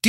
Do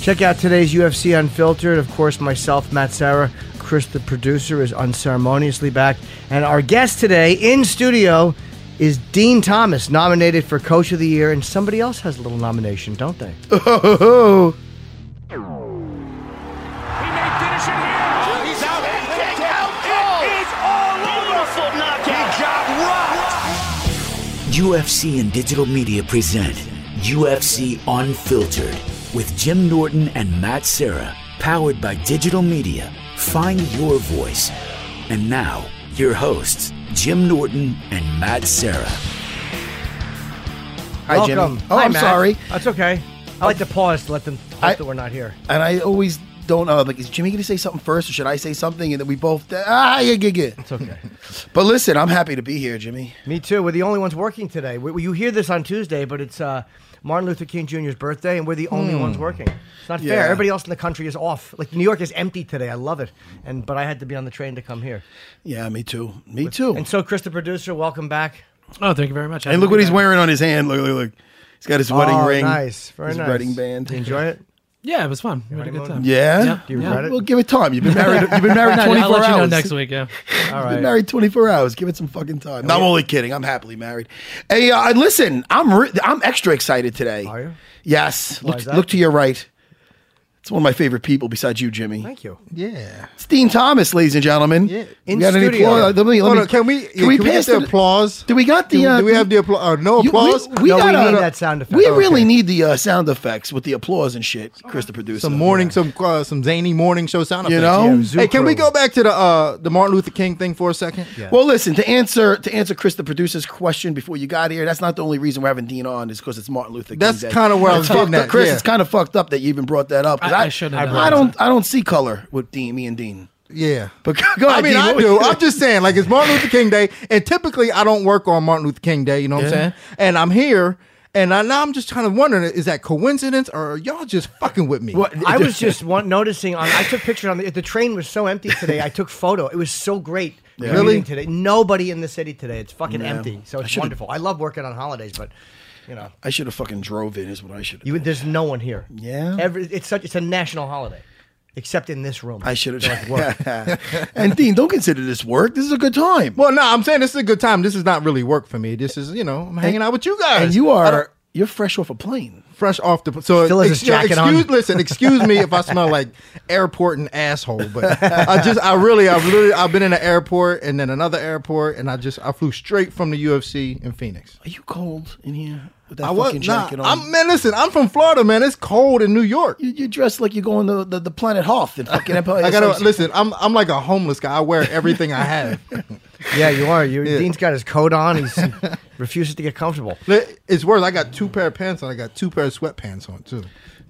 Check out today's UFC Unfiltered. Of course, myself, Matt Sarah, Chris, the producer, is unceremoniously back. And our guest today in studio is Dean Thomas, nominated for Coach of the Year. And somebody else has a little nomination, don't they? Oh, He may finish it here. he's out. Kick out. It is all over. knockout. He got rocked. UFC and digital media present UFC Unfiltered with Jim Norton and Matt Serra, powered by digital media. Find your voice. And now, your hosts, Jim Norton and Matt Serra. Hi, Jimmy. welcome. Oh, Hi, I'm Matt. sorry. That's okay. I like to pause to let them hope I- that we're not here. And I always don't know. I'm like, is Jimmy going to say something first, or should I say something? And then we both ah yeah yeah yeah. It's okay. But listen, I'm happy to be here, Jimmy. Me too. We're the only ones working today. We, you hear this on Tuesday, but it's uh, Martin Luther King Jr.'s birthday, and we're the only ones working. It's not fair. Hmm. Yeah. Everybody else in the country is off. Like New York is empty today. I love it, and but I had to be on the train to come here. Yeah, me too. Me too. And And, so, Chris, the producer, welcome back. Oh, thank you very much. look what he's wearing on his hand. Look, look, look. He's got his wedding Oh, ring. Nice, very his nice. wedding band. You enjoy it? Yeah, it was fun. We had a good time. Yeah. Do you regret Well, it? give it time. You've been married. You've been married I'll 24 let you know hours. next week. Yeah. All Been right. married 24 hours. Give it some fucking time. No, I'm only kidding. I'm happily married. Hey, uh, listen, I'm re- I'm extra excited today. Are you? Yes. is Look, that? look to your right. It's one of my favorite people besides you, Jimmy. Thank you. Yeah. It's Dean Thomas, ladies and gentlemen. Yeah. We In got any studio. applause? Let me- let Hold me- on, can we, can we, pass get the applause? Do we got the? Do, uh, do we have the applause? Uh, no you- applause? No, we gotta- need that sound effect. We Okay. really need the uh, sound effects with the applause and shit, Chris the producer. some morning, some uh, some zany morning show sound You effects. know? Yeah, Zoo hey, can we crew. go back to the uh, the Martin Luther King thing for a second? Yeah. Well, listen to answer to answer Chris the producer's question before you got here. That's not the only reason we're having Dean on is because it's Martin Luther King. That's Day. kinda where I It's was getting fucked up. at, Chris, yeah. it's kind of fucked up that you even brought that up. 'cause I- I should have I known don't. I don't see color with Dean. Me and Dean. yeah. But go I ahead, mean, Dean, I what was- do. I'm just saying, like it's Martin Luther King Day, and typically I don't work on Martin Luther King Day. You know what Yeah. I'm saying? And I'm here, and I, now I'm just kind of wondering, is that coincidence, or are y'all just fucking with me? What- I was just one, noticing on. I took pictures on the. The train was so empty today. I took photo. It was so great. commuting Really? Today, nobody in the city today. It's fucking Yeah. empty. So I it's should've- wonderful. I love working on holidays, but you know, I should have fucking drove in. Is what I should. have you there's no one here. Yeah. Every it's such it's a national holiday, except in this room. I should have. and Dean, don't consider this work. This is a good time. Well, no, I'm saying this is a good time. This is not really work for me. This is, you know, I'm hanging out with you guys. and you I don't- are you're fresh off a plane. fresh off the so Still has his you know, jacket excuse, on. Listen, excuse me if I smell like airport and asshole, but I just I really I've literally I've been in an airport and then another airport and I just I flew straight from the UFC in Phoenix. Are you cold in here with that I fucking was nah, jacket on? I'm man. Listen, I'm from Florida, man. It's cold in New York. you, you're dressed like you're going to the, the planet Hoth and fucking Empire. I gotta listen. I'm I'm like a homeless guy. I wear everything I have. yeah, you are. You Dean's got his coat on. He's he refuses to get comfortable. It's worse. I got two pair of pants on. I got two pair of sweatpants on too.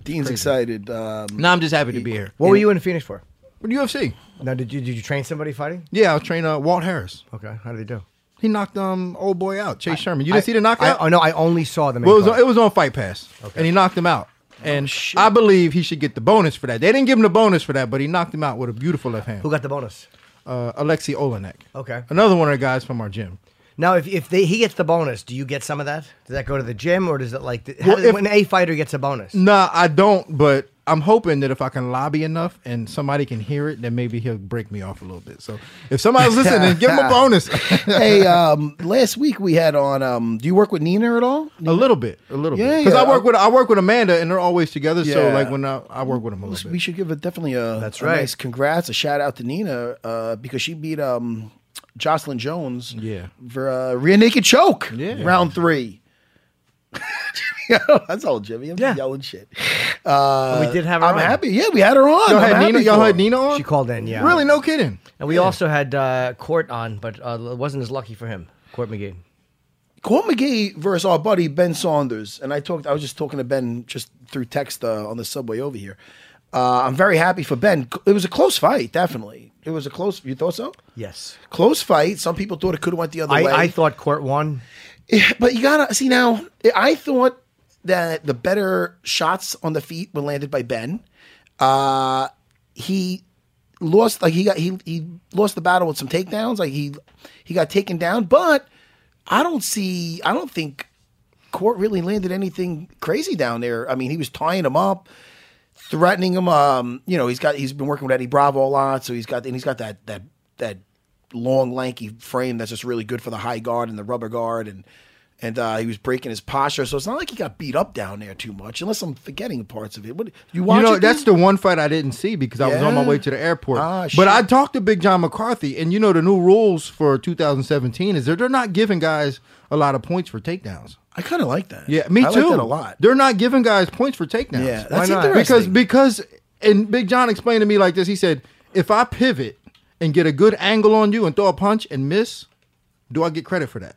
Dean's excited. Um, Now I'm just happy to be here. What were you in Phoenix for? With UFC. Now, did you did you train somebody fighting? Yeah, I was training uh, Walt Harris. Okay, how did he do? He knocked um old boy out, Chase Sherman. You didn't see the I, knockout? oh no, I only saw them. Well, it was on, it was on Fight Pass, and he knocked him out. And I believe he should get the bonus for that. They didn't give him the bonus for that, but he knocked him out with a beautiful left hand. Who got the bonus? Uh, Alexei Olenek. Okay. Another one of the guys from our gym. Now, if, if they, he gets the bonus, do you get some of that? Does that go to the gym, or does it like how Well, does- if- when a fighter gets a bonus? Nah, I don't. But I'm hoping that if I can lobby enough and somebody can hear it, then maybe he'll break me off a little bit. So if somebody's listening, give him a bonus. hey, um, last week we had on. Um, do you work with Nina at all? a little bit, a little Yeah, bit. Because yeah. I work with I work with Amanda, and they're always together. So Yeah. like when I, I work with them a little We bit. should give it definitely a That's a right. nice congrats, a shout out to Nina uh, because she beat um, Jocelyn Jones. Yeah. for uh, rear naked choke. Yeah. round three. That's all, Jimmy. I'm Yeah. yelling shit. we did have. Her I'm on. happy. Yeah, we had her on. Y'all I'm had happy Nina. Y'all for had her. Nina on. She called in, yeah. Really? No kidding. And we also had uh, Court on, but uh, it wasn't as lucky for him. Court McGee. Colt McGee versus our buddy Ben Saunders, and I talked. I was just talking to Ben just through text uh, on the subway over here. Uh, I'm very happy for Ben. It was a close fight, definitely. It was a close. You thought so? Yes. Close fight. Some people thought it could have went the other I, way. I thought Court won. Yeah, but you gotta see now. I thought that the better shots on the feet were landed by Ben. Uh, he lost like he got he he lost the battle with some takedowns. Like he he got taken down, but I don't see. I don't think Court really landed anything crazy down there. I mean, he was tying him up. Threatening him, um, you know, he's got he's been working with Eddie Bravo a lot, so he's got and he's got that that that long lanky frame that's just really good for the high guard and the rubber guard and and uh, he was breaking his posture, so it's not like he got beat up down there too much, unless I'm forgetting parts of it. What you watch? You know, it, that's dude? the one fight I didn't see because I was on my way to the airport. Ah, shit. but I talked to Big John McCarthy, and you know, the new rules for 2017 is that they're not giving guys a lot of points for takedowns. I kind of like that. Yeah, me I too. Like that a lot. They're not giving guys points for takedowns. Yeah, that's Why not? because interesting. because and Big John explained to me like this. He said, if I pivot and get a good angle on you and throw a punch and miss, do I get credit for that?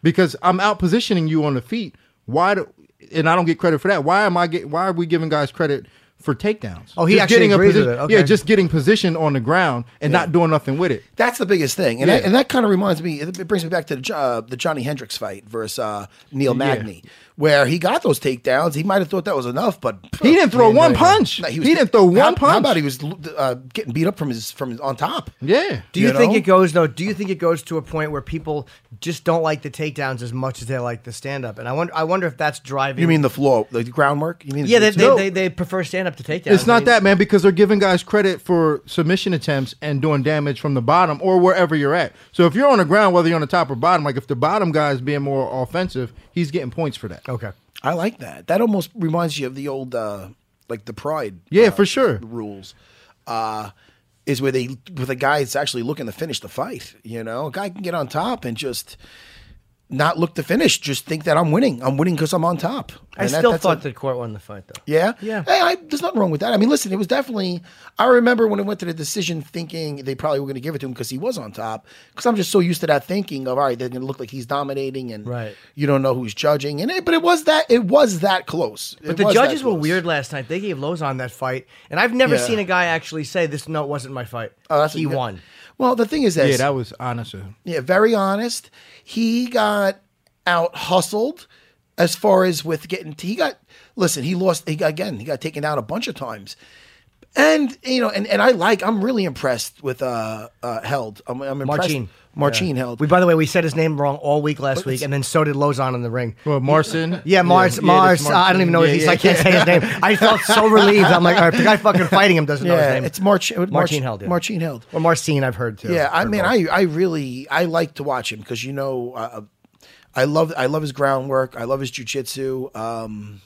Because I'm out positioning you on the feet. Why do and I don't get credit for that? Why am I get? Why are we giving guys credit for takedowns? Oh, he actually getting agrees a with position. it. Okay. Yeah, just getting positioned on the ground and not doing nothing with it. That's the biggest thing, and, Yeah. that, and that kind of reminds me. It brings me back to the, Jo- uh, the Johnny Hendricks fight versus uh, Neil Magny, where he got those takedowns. He might have thought that was enough, but He didn't throw one punch. No, he, didn't throw one how, punch. How about he was uh, getting beat up from his from his, on top? yeah. Do you, You think know? it goes though? Do you think it goes to a point where people just don't like the takedowns as much as they like the stand up? And I wonder, I wonder if that's driving. You mean the floor, the groundwork? You mean yeah, they, the, they, No. they, they prefer stand up to takedowns. It's I not mean, that, man, because they're giving guys credit for submission attempts and doing damage from the bottom or wherever you're at. So if you're on the ground, whether you're on the top or bottom, like if the bottom guy is being more offensive, he's getting points for that. Okay. I like that. That almost reminds you of the old uh, like the pride. Yeah, uh, for sure. Rules. Uh, is where they with a guy that's actually looking to finish the fight. You know, a guy can get on top and just not look to finish. Just think that I'm winning. I'm winning because I'm on top. I And that- still that's thought a- that Court won the fight though. yeah. Yeah. Hey, I, there's nothing wrong with that. I mean, listen, it was definitely. I remember when it went to the decision, thinking they probably were going to give it to him because he was on top. Because I'm just so used to that thinking of all right, they're going to look like he's dominating, and Right. you don't know who's judging. And it, but it was that it was that close. But the judges were weird last night. They gave Lozon that fight, and I've never Yeah. seen a guy actually say this. No, it wasn't my fight. Oh, that's what he you got. won. Well, the thing is this. Yeah, that was honest. of him. Yeah, very honest. He got out hustled as far as with getting. He got listen. He lost. He got, again. He got taken down a bunch of times. And you know, and, and I like. I'm really impressed with uh, uh held. I'm, I'm impressed. Marcin. Marcin held. We, by the way, we said his name wrong all week last week, it's- and then so did Lozon in the ring. Well, Marcin. Yeah, Mars, that's Mars. uh, I don't even know. Yeah, his, he's, yeah, I can't yeah. say his name. I felt so relieved. I'm like, all right, the guy fucking fighting him doesn't know his yeah, name. it's March. Marcin Marcin Held. Yeah. Marcin held. Or Marcin, I've heard too. Yeah, I Heard mean, both. I I really I like to watch him because you know uh, I love I love his groundwork. I love his jujitsu. Um,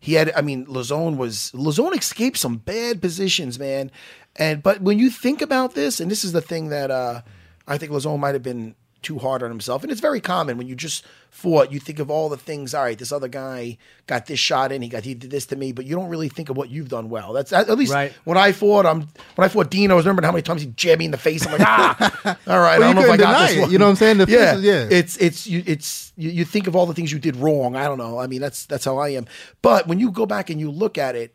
he had I mean Lazone was Lazone escaped some bad positions, man. And but when you think about this, and this is the thing that uh, I think Lazone might have been too hard on himself, and it's very common when you just fought. You think of all the things. All right, this other guy got this shot in. He got he did this to me, but you don't really think of what you've done well. That's at at least Right. when I fought. I'm when I fought Dean. I was remembering how many times he jabbed me in the face. I'm like, ah, all right. Well, I don't you know if I couldn't got deny this it, one. you know what I'm saying? The yeah, faces, yeah. It's it's you it's you, you think of all the things you did wrong. I don't know. I mean, that's that's how I am. But when you go back and you look at it,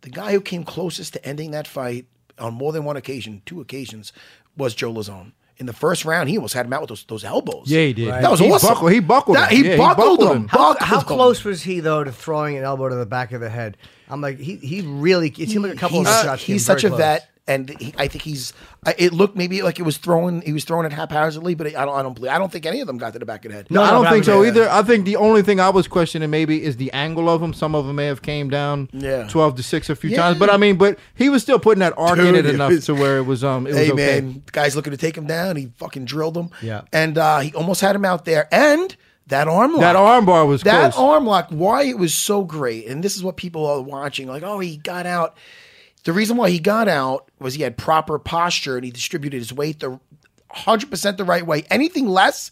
the guy who came closest to ending that fight on more than one occasion, two occasions, was Joe Lazone. In the first round, he almost had him out with those, those elbows. Yeah, he did. Right. That was He awesome. buckled- he buckled That- him. He, Yeah, he buckled buckled him. him. How, Buckled how him. close was he though to throwing an elbow to the back of the head? I'm like, he he really. It seemed like a couple he's, of those shots. came he's very such a close. vet and he, I think he's. I- It looked maybe like it was thrown. He was thrown it haphazardly, but I don't. I don't believe. I don't think any of them got to the back of the head. I don't no, think that so was- either. I think the only thing I was questioning maybe is the angle of him. Some of them may have came down Yeah. twelve to six a few Yeah. times, but I mean, but he was still putting that arc in Dude, it it enough was- to where it was um it was hey okay. man, guy's looking to take him down. He fucking drilled him. Yeah. and uh, he almost had him out there. And that arm lock. That arm bar was that close. arm lock. Why it was so great, and this is what people are watching. Like, oh, he got out. The reason why he got out was he had proper posture and he distributed his weight the hundred percent the right way. Anything less.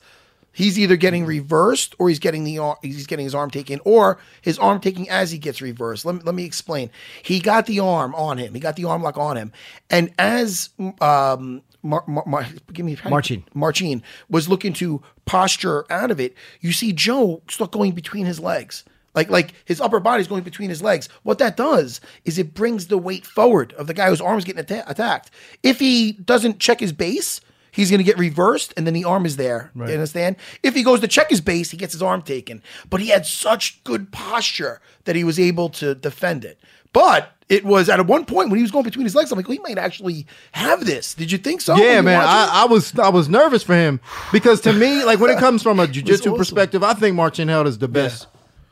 He's either getting reversed or he's getting the ar- he's getting his arm taken or his arm taking as he gets reversed. Let me, let me explain. He got the arm on him. He got the arm lock on him, and as um, Mar- Mar- Mar- give me Marcin. Marcin was looking to posture out of it. You see Joe start going between his legs. Like, like his upper body's going between his legs. What that does is it brings the weight forward of the guy whose arm's getting atta- attacked. If he doesn't check his base, he's going to get reversed and then the arm is there. You understand? If he goes to check his base, he gets his arm taken. But he had such good posture that he was able to defend it. But it was at one point when he was going between his legs, I'm like, well, he might actually have this. Did you think so? Were Yeah, you man, watching it? I, I was I was nervous for him because to me, like when it comes from a jujitsu awesome. perspective, I think Marcin Held is the best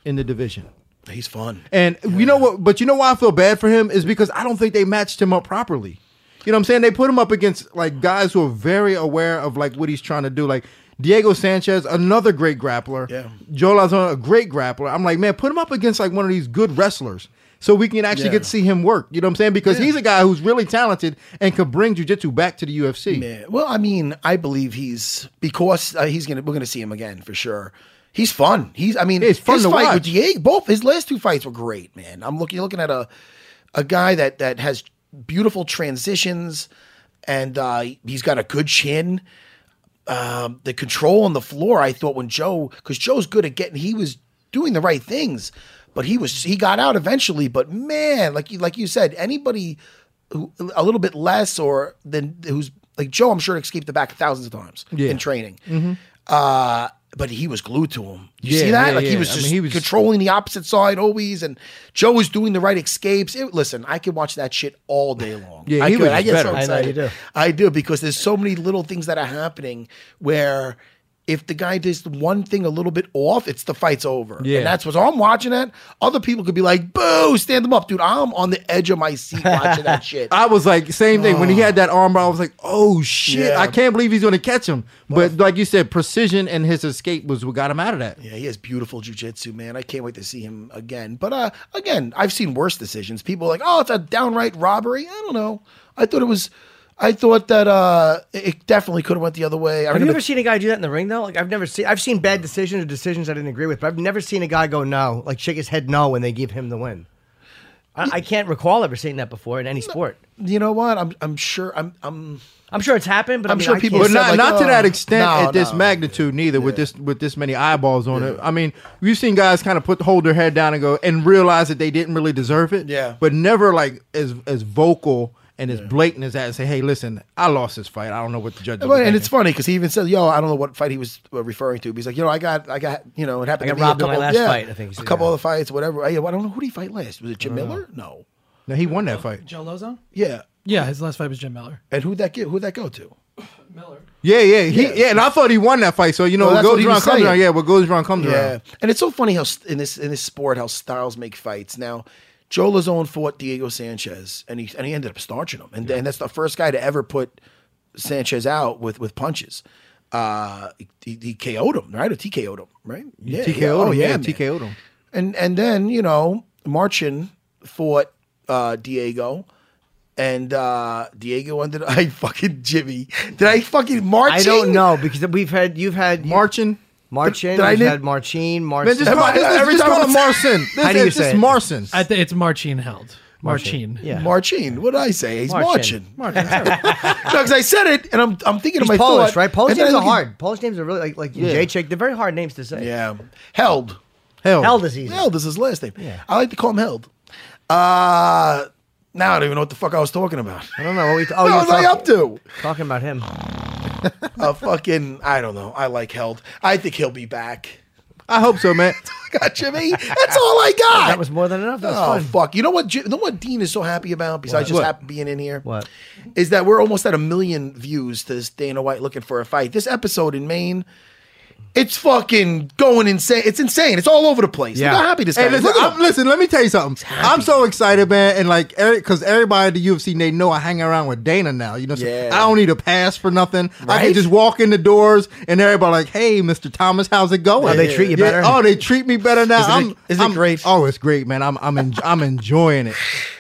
in the division. He's fun. And you know what? But you know why I feel bad for him is because I don't think they matched him up properly. You know what I'm saying? They put him up against like guys who are very aware of like what he's trying to do. Like Diego Sanchez, another great grappler. Yeah. Joe Lazon, a great grappler. I'm like, man, put him up against like one of these good wrestlers. So we can actually Yeah. get to see him work. You know what I'm saying? Because he's a guy who's really talented and could bring jujitsu back to the UFC. Yeah. Well, I mean, I believe he's because uh, he's gonna we're gonna see him again for sure. He's fun. He's I mean, Yeah, it's fun his to fight watch. with Diego. Both his last two fights were great, man. I'm looking looking at a a guy that that has beautiful transitions, and uh, he's got a good chin. Um, the control on the floor, I thought when Joe, because Joe's good at getting, he was doing the right things, but he was he got out eventually. But man, like you like you said, anybody who a little bit less or than who's like Joe, I'm sure escaped the back thousands of times in training. Uh, but he was glued to him. You see Yeah, that? yeah, like he yeah. was I mean, just he was- controlling the opposite side always, and Joe was doing the right escapes. It, listen, I could watch that shit all day long. Yeah, I he could. was I get better. so I know you excited. do. I do because there's so many little things that are happening where if the guy does one thing a little bit off, it's the fight's over. Yeah. And that's what so I'm watching that. Other people could be like, boo, stand them up. Dude, I'm on the edge of my seat watching that shit. I was like, same thing. When he had that armbar, I was like, oh shit, Yeah. I can't believe he's gonna catch him. But like you said, precision and his escape was what got him out of that. Yeah, he has beautiful jujitsu, man. I can't wait to see him again. But uh, again, I've seen worse decisions. People are like, oh, it's a downright robbery. I don't know. I thought it was. I thought that uh, it- it definitely could have went the other way. I Have you remember ever seen a guy do that in the ring though? Like I've never seen. I've seen bad decisions or decisions I didn't agree with, but I've never seen a guy go no, like shake his head no when they give him the win. I, I can't recall ever seeing that before in any sport. you know what? I'm I'm sure I'm I'm I'm sure it's happened, but I I'm mean, sure I people can't- But said, not, like, not to oh, that extent no, at this no. magnitude neither with this with this many eyeballs on it. I mean, we've seen guys kind of put hold their head down and go and realize that they didn't really deserve it. Yeah. But never like as as vocal and as blatant as that and say, hey, listen, I lost this fight. I don't know what the judge. was and it's thinking." funny because he even said, "Yo, I don't know what fight he was uh, referring to." But he's like, "You know, I got, I got, you know, it happened I to got me a robbed in my couple- last yeah, fight," I think he a said, couple yeah. other fights, whatever. I, I don't know who did he fight last. Was it Jim Miller? No. No, he won that fight. Joe Lozon? Yeah. Yeah, his last fight was Jim Miller. And who'd that get? Who'd that go to? Miller. Yeah, yeah, he, yeah. And I thought he won that fight. So you know, Well, what that's what goes he around was comes saying. around. Yeah, what goes around comes Yeah, around. and it's so funny how st- in this in this sport how styles make fights. Now, Joe Lazone fought Diego Sanchez, and he and he ended up starching him, and, and that's the first guy to ever put Sanchez out with with punches. Uh, he, he KO'd him, right? Or TKO'd him, right? Yeah, TKO'd Oh, him, yeah, man. TKO'd him. And and then you know Marchin fought uh, Diego. And uh Diego ended up I fucking Jimmy. Did I fucking Marchin? I don't know because we've had you've had Marching. Marchin, Did I you've name- had Marchin, Man, Marcin. just Am call, I- this, this, every just time call I'm him Marcin. This, How do you it's say just it? Marcin. I th- it's Marcin Held. Marcin. Yeah. Marchin. What did I say? He's Marchin. marching. because I said it, and I'm I'm thinking He's of my Polish, thought, right? Polish and then names I are look at- hard. Polish names are really like like Jacek. They're very hard names to say. Yeah, held. Hell, Held is easy. Held is his last name. I like to call him held. Uh now I don't even know what the fuck I was talking about. I don't know what we. Oh, what you're was I talking, up to? talking about him. A fucking I don't know. I like held. I think he'll be back. I hope so, man. got Jimmy. That's all I got. That was more than enough. That was oh fun. fuck! You know what? Ji- You know what? Dean is so happy about besides just What? happy being in here. What? is that? We're almost at a million views to this Dana White looking for a fight. This episode in Maine, it's fucking going insane. It's insane. It's all over the place. Yeah. Look how happy this guy Hey, is. listen, Look at I'm, him. listen, let me tell you something. I'm so excited, man. And like, because everybody at the UFC, they know I hang around with Dana now. You know, so Yeah. I don't need a pass for nothing. I Right? can just walk in the doors and everybody like, hey, Mr. Thomas, how's it going? Oh, they treat you better? Oh, they treat me better now. Isn't it- I'm, isn't it I'm- great? Oh, it's great, man. I'm I'm, en- I'm enjoying it.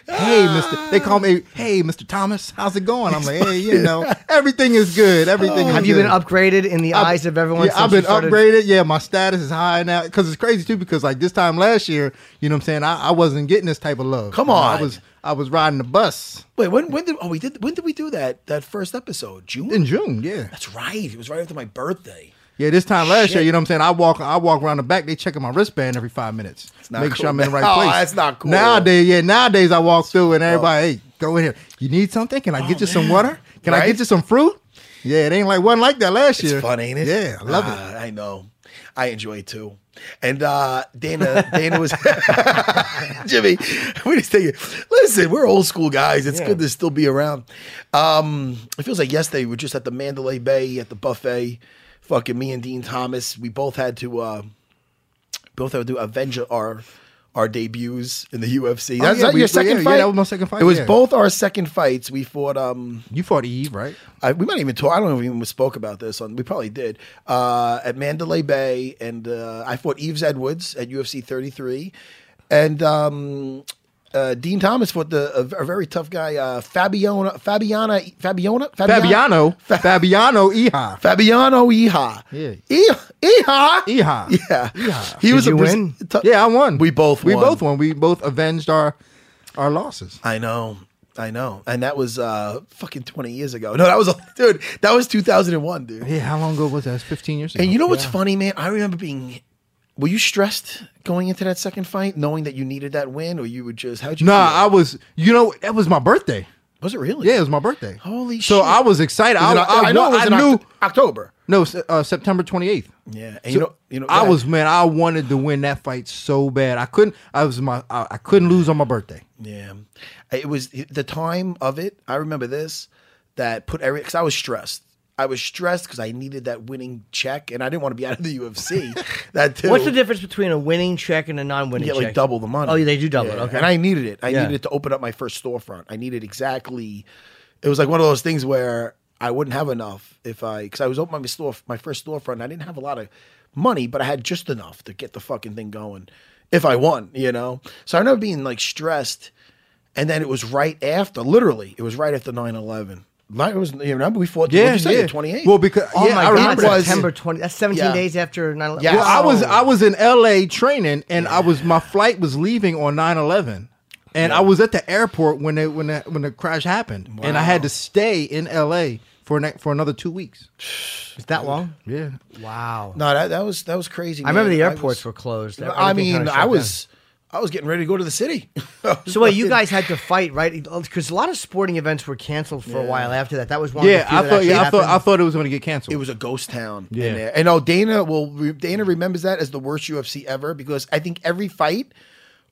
Hey, Mr. They call me, hey, Mr. Thomas, how's it going? I'm like, hey, you know, everything is good. Everything is Oh. Have you good. been upgraded in the I've- eyes of everyone? Yeah, since I've you been started- upgraded. Yeah, my status is high now because it's crazy too. Because like this time last year, you know what I'm saying, I, I wasn't getting this type of love. Come You know, on. I was I was riding the bus Wait, when when did oh we did when did we do that that first episode? June. in June. Yeah, That's right. It was right after my birthday. yeah. This time last year, you know what I'm saying, I walk I walk around the back. They checking my wristband every five minutes, not make cool. sure I'm in the right No, place. that's not cool. Nowadays, yeah, nowadays I walk through and everybody, hey, go in here. You need something? Can I get you some water? Can I Oh, Right? get you some fruit? Yeah, it ain't like one like that last It's year. fun, ain't it? Yeah, I love it. Ah, I know. I enjoy it too. And uh, Dana, Dana was Jimmy. We just take it. Listen, we're old school guys. It's good to still be around. Um, it feels like yesterday we were just at the Mandalay Bay at the buffet. Fucking me and Dean Thomas. We both had to. Uh, both had to do avenge our our debuts in the UFC. That's Oh, yeah, that your we- yeah, second yeah, fight. that was my second fight, It was yeah. both our second fights. We fought. Um, You fought Eve, right? I, we might even talk. I don't know if we even spoke about this. On we probably did uh, at Mandalay Bay, and uh, I fought Eves Edwards at UFC 33, and um, uh, Dean Thomas fought the a, a very tough guy, uh, Fabiana, Fabiana, Fabiana, Fabiano, Fabiano Eha. Fabiano Iha, Yeah. Iha, Iha. yeah. He Did was you a Braz- win? tou- Yeah, I won. We both we won. both won. We both avenged our our losses. I know. I know. And that was uh fucking 20 years ago. No, that was dude, that was 2001, dude. Yeah, how long ago was that? It was Fifteen years ago. And you know what's funny, man? I remember being. Were you stressed going into that second fight, knowing that you needed that win, or you were just how'd you? Nah, I feel? was. You know, that was my birthday. was it really? Yeah, it was my birthday. Holy so shit. I was excited. Was I, it- I, know it was I in knew. Oct- October. No, s- uh, September twenty eighth. Yeah, and you know, you know, I that- was man. I wanted to win that fight so bad. I couldn't. I was my. I, I couldn't lose on my birthday. Yeah, it was the time of it. I remember this that put every because I was stressed. I was stressed because I needed that winning check, and I didn't want to be out of the UFC. that too. What's the difference between a winning check and a non-winning You get check? like double the money. Oh, yeah, they do double it. Yeah. Okay. And I needed it. I Yeah. needed it to open up my first storefront. I needed exactly. It was like one of those things where I wouldn't have enough if I because I was opening my store my first storefront. I didn't have a lot of money, but I had just enough to get the fucking thing going. If I won, you know. So I remember being like stressed, and then it was right after. Literally, it was right after 9-11. Like, It was. You remember we fought? Yeah, you say, yeah. Twenty eight. Well, because Oh yeah, my I God! remember that. September twenty. That's seventeen Yeah. days after 9 Yeah. Well, I was Oh. I was in LA training and I was my flight was leaving on 9/11. And I was at the airport when it, when the, when the crash happened and I had to stay in LA for an, for another 2 weeks. It's that long. Yeah. Wow. no, that, that was that was crazy. I remember man. the airports was- were closed. I Everything mean, kinda shut I down. was I was getting ready to go to the city. So wait, you guys had to fight, right? Because a lot of sporting events were canceled for a while after that. That was one. of the Yeah, few I that thought actually yeah, I thought I happened. thought it was going to get canceled. It was a ghost town Yeah. in there. And oh, Dana will re- Dana remembers that as the worst UFC ever because I think every fight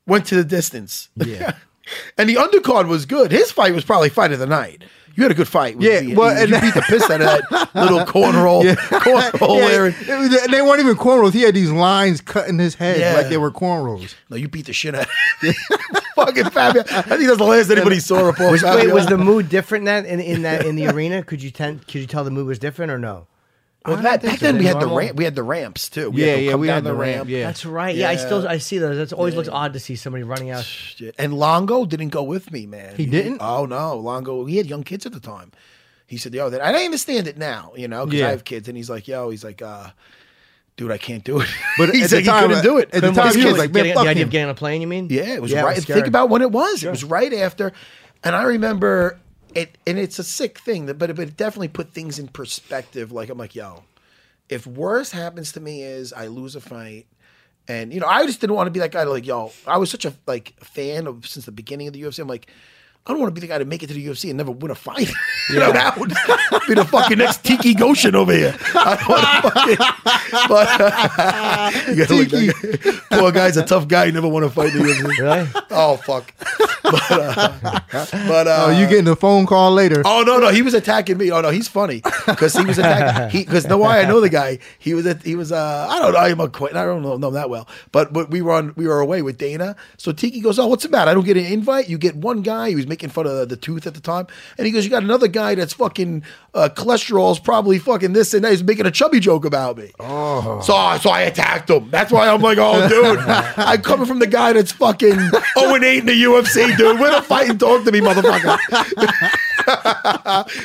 went to the distance. Yeah. and the undercard was good. His fight was probably fight of the night. You had a good fight. with Yeah, Lee. well, you, and- you beat the piss out of that little corn roll, cornhole yeah, area. it was- and they weren't even cornrows. He had these lines cutting his head Yeah. like they were cornrows. No, you beat the shit out. of Fucking Fabio. I think that's the last anybody saw of Paul Wait, Fabio. was the mood different then in, in that in the arena? Could you ten, could you tell the mood was different or no? well, that, back then we had the normal. ramp. We had the ramps too. Yeah, to yeah, come we down had the ramp, yeah. That's right. Yeah, I still I see those. That's always looks odd to see somebody running out. Shit. And Longo didn't go with me, man. He didn't? Oh no, Longo. He had young kids at the time. He said, "Yo, that and I understand it now, you know, because Yeah. I have kids." And he's like, "Yo, he's like, uh, dude, I can't do it." But at he's the like, time- he couldn't do it at the His time, kids- he was like, man, getting, fuck the idea him. of getting on a plane. You mean? yeah, it was it right. was Think scary. about when it was. It was right after, and I remember it. And it's a sick thing, that- but it- but it definitely put things in perspective. Like I'm like, yo, if worse happens to me is I lose a fight, and you know I just didn't want to be that guy. Like yo, I was such a like fan of since the beginning of the UFC. I'm like, I don't want to be the guy to make it to the UFC and never win a fight. you know, that would be the fucking next Tiki Goshen over here. I don't uh, want to fucking. But, you gotta look that guy- Poor guy's a tough guy. He never want to fight in the UFC. Really? Oh fuck. But uh, but uh, Oh, you getting a phone call later? Oh no, no, he was attacking me. Oh no, he's funny because he was attacking. He because no, why I know the guy. He was at he was. Uh, I don't know. I'm a quit. I don't know, know him that well. But but we were on we were away with Dana. So Tiki goes, oh, what's the matter? I don't get an invite. You get one guy. He was making fun of the tooth at the time, and he goes, you got another guy that's fucking uh, cholesterol's probably fucking this and that. He's making a chubby joke about me. Oh, so I- so I attacked him. That's why I'm like, oh dude, I'm coming from the guy that's fucking 0 and 8 in the UFC, dude. Win a fight and talk to me, motherfucker.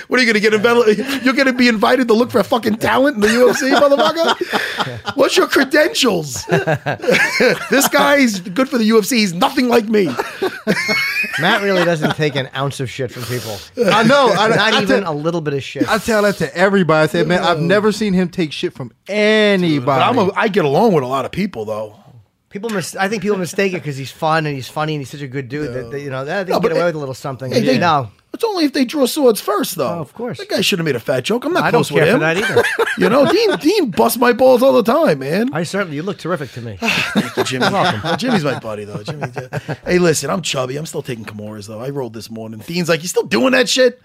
What are you going to get invited? You're going to be invited to look for fucking talent in the UFC, motherfucker. What's your credentials? this guy's good for the UFC. He's nothing like me. Matt really doesn't take an ounce of shit from people. I know. I, Not I even tell- a little bit of shit. I tell that to everybody. I said, man, I've never seen him take shit from anybody. But I'm a, I get along with a lot of people though. People, mis- I think people mistake it because he's fun and he's funny and he's such a good dude that, that you know that they No, get but away it- with a little something. Hey, they- No, It's only if they draw swords first, though. Oh, of course. That guy should have made a fat joke. I'm not I don't close with care for him. that either. you know, Dean Dean busts my balls all the time, man. I certainly. You look terrific to me. Thank you, Jimmy. Well, Jimmy's my buddy, though. Jimmy. hey, listen, I'm chubby. I'm still taking Kimuras, though. I rolled this morning. Dean's like, you still doing that shit?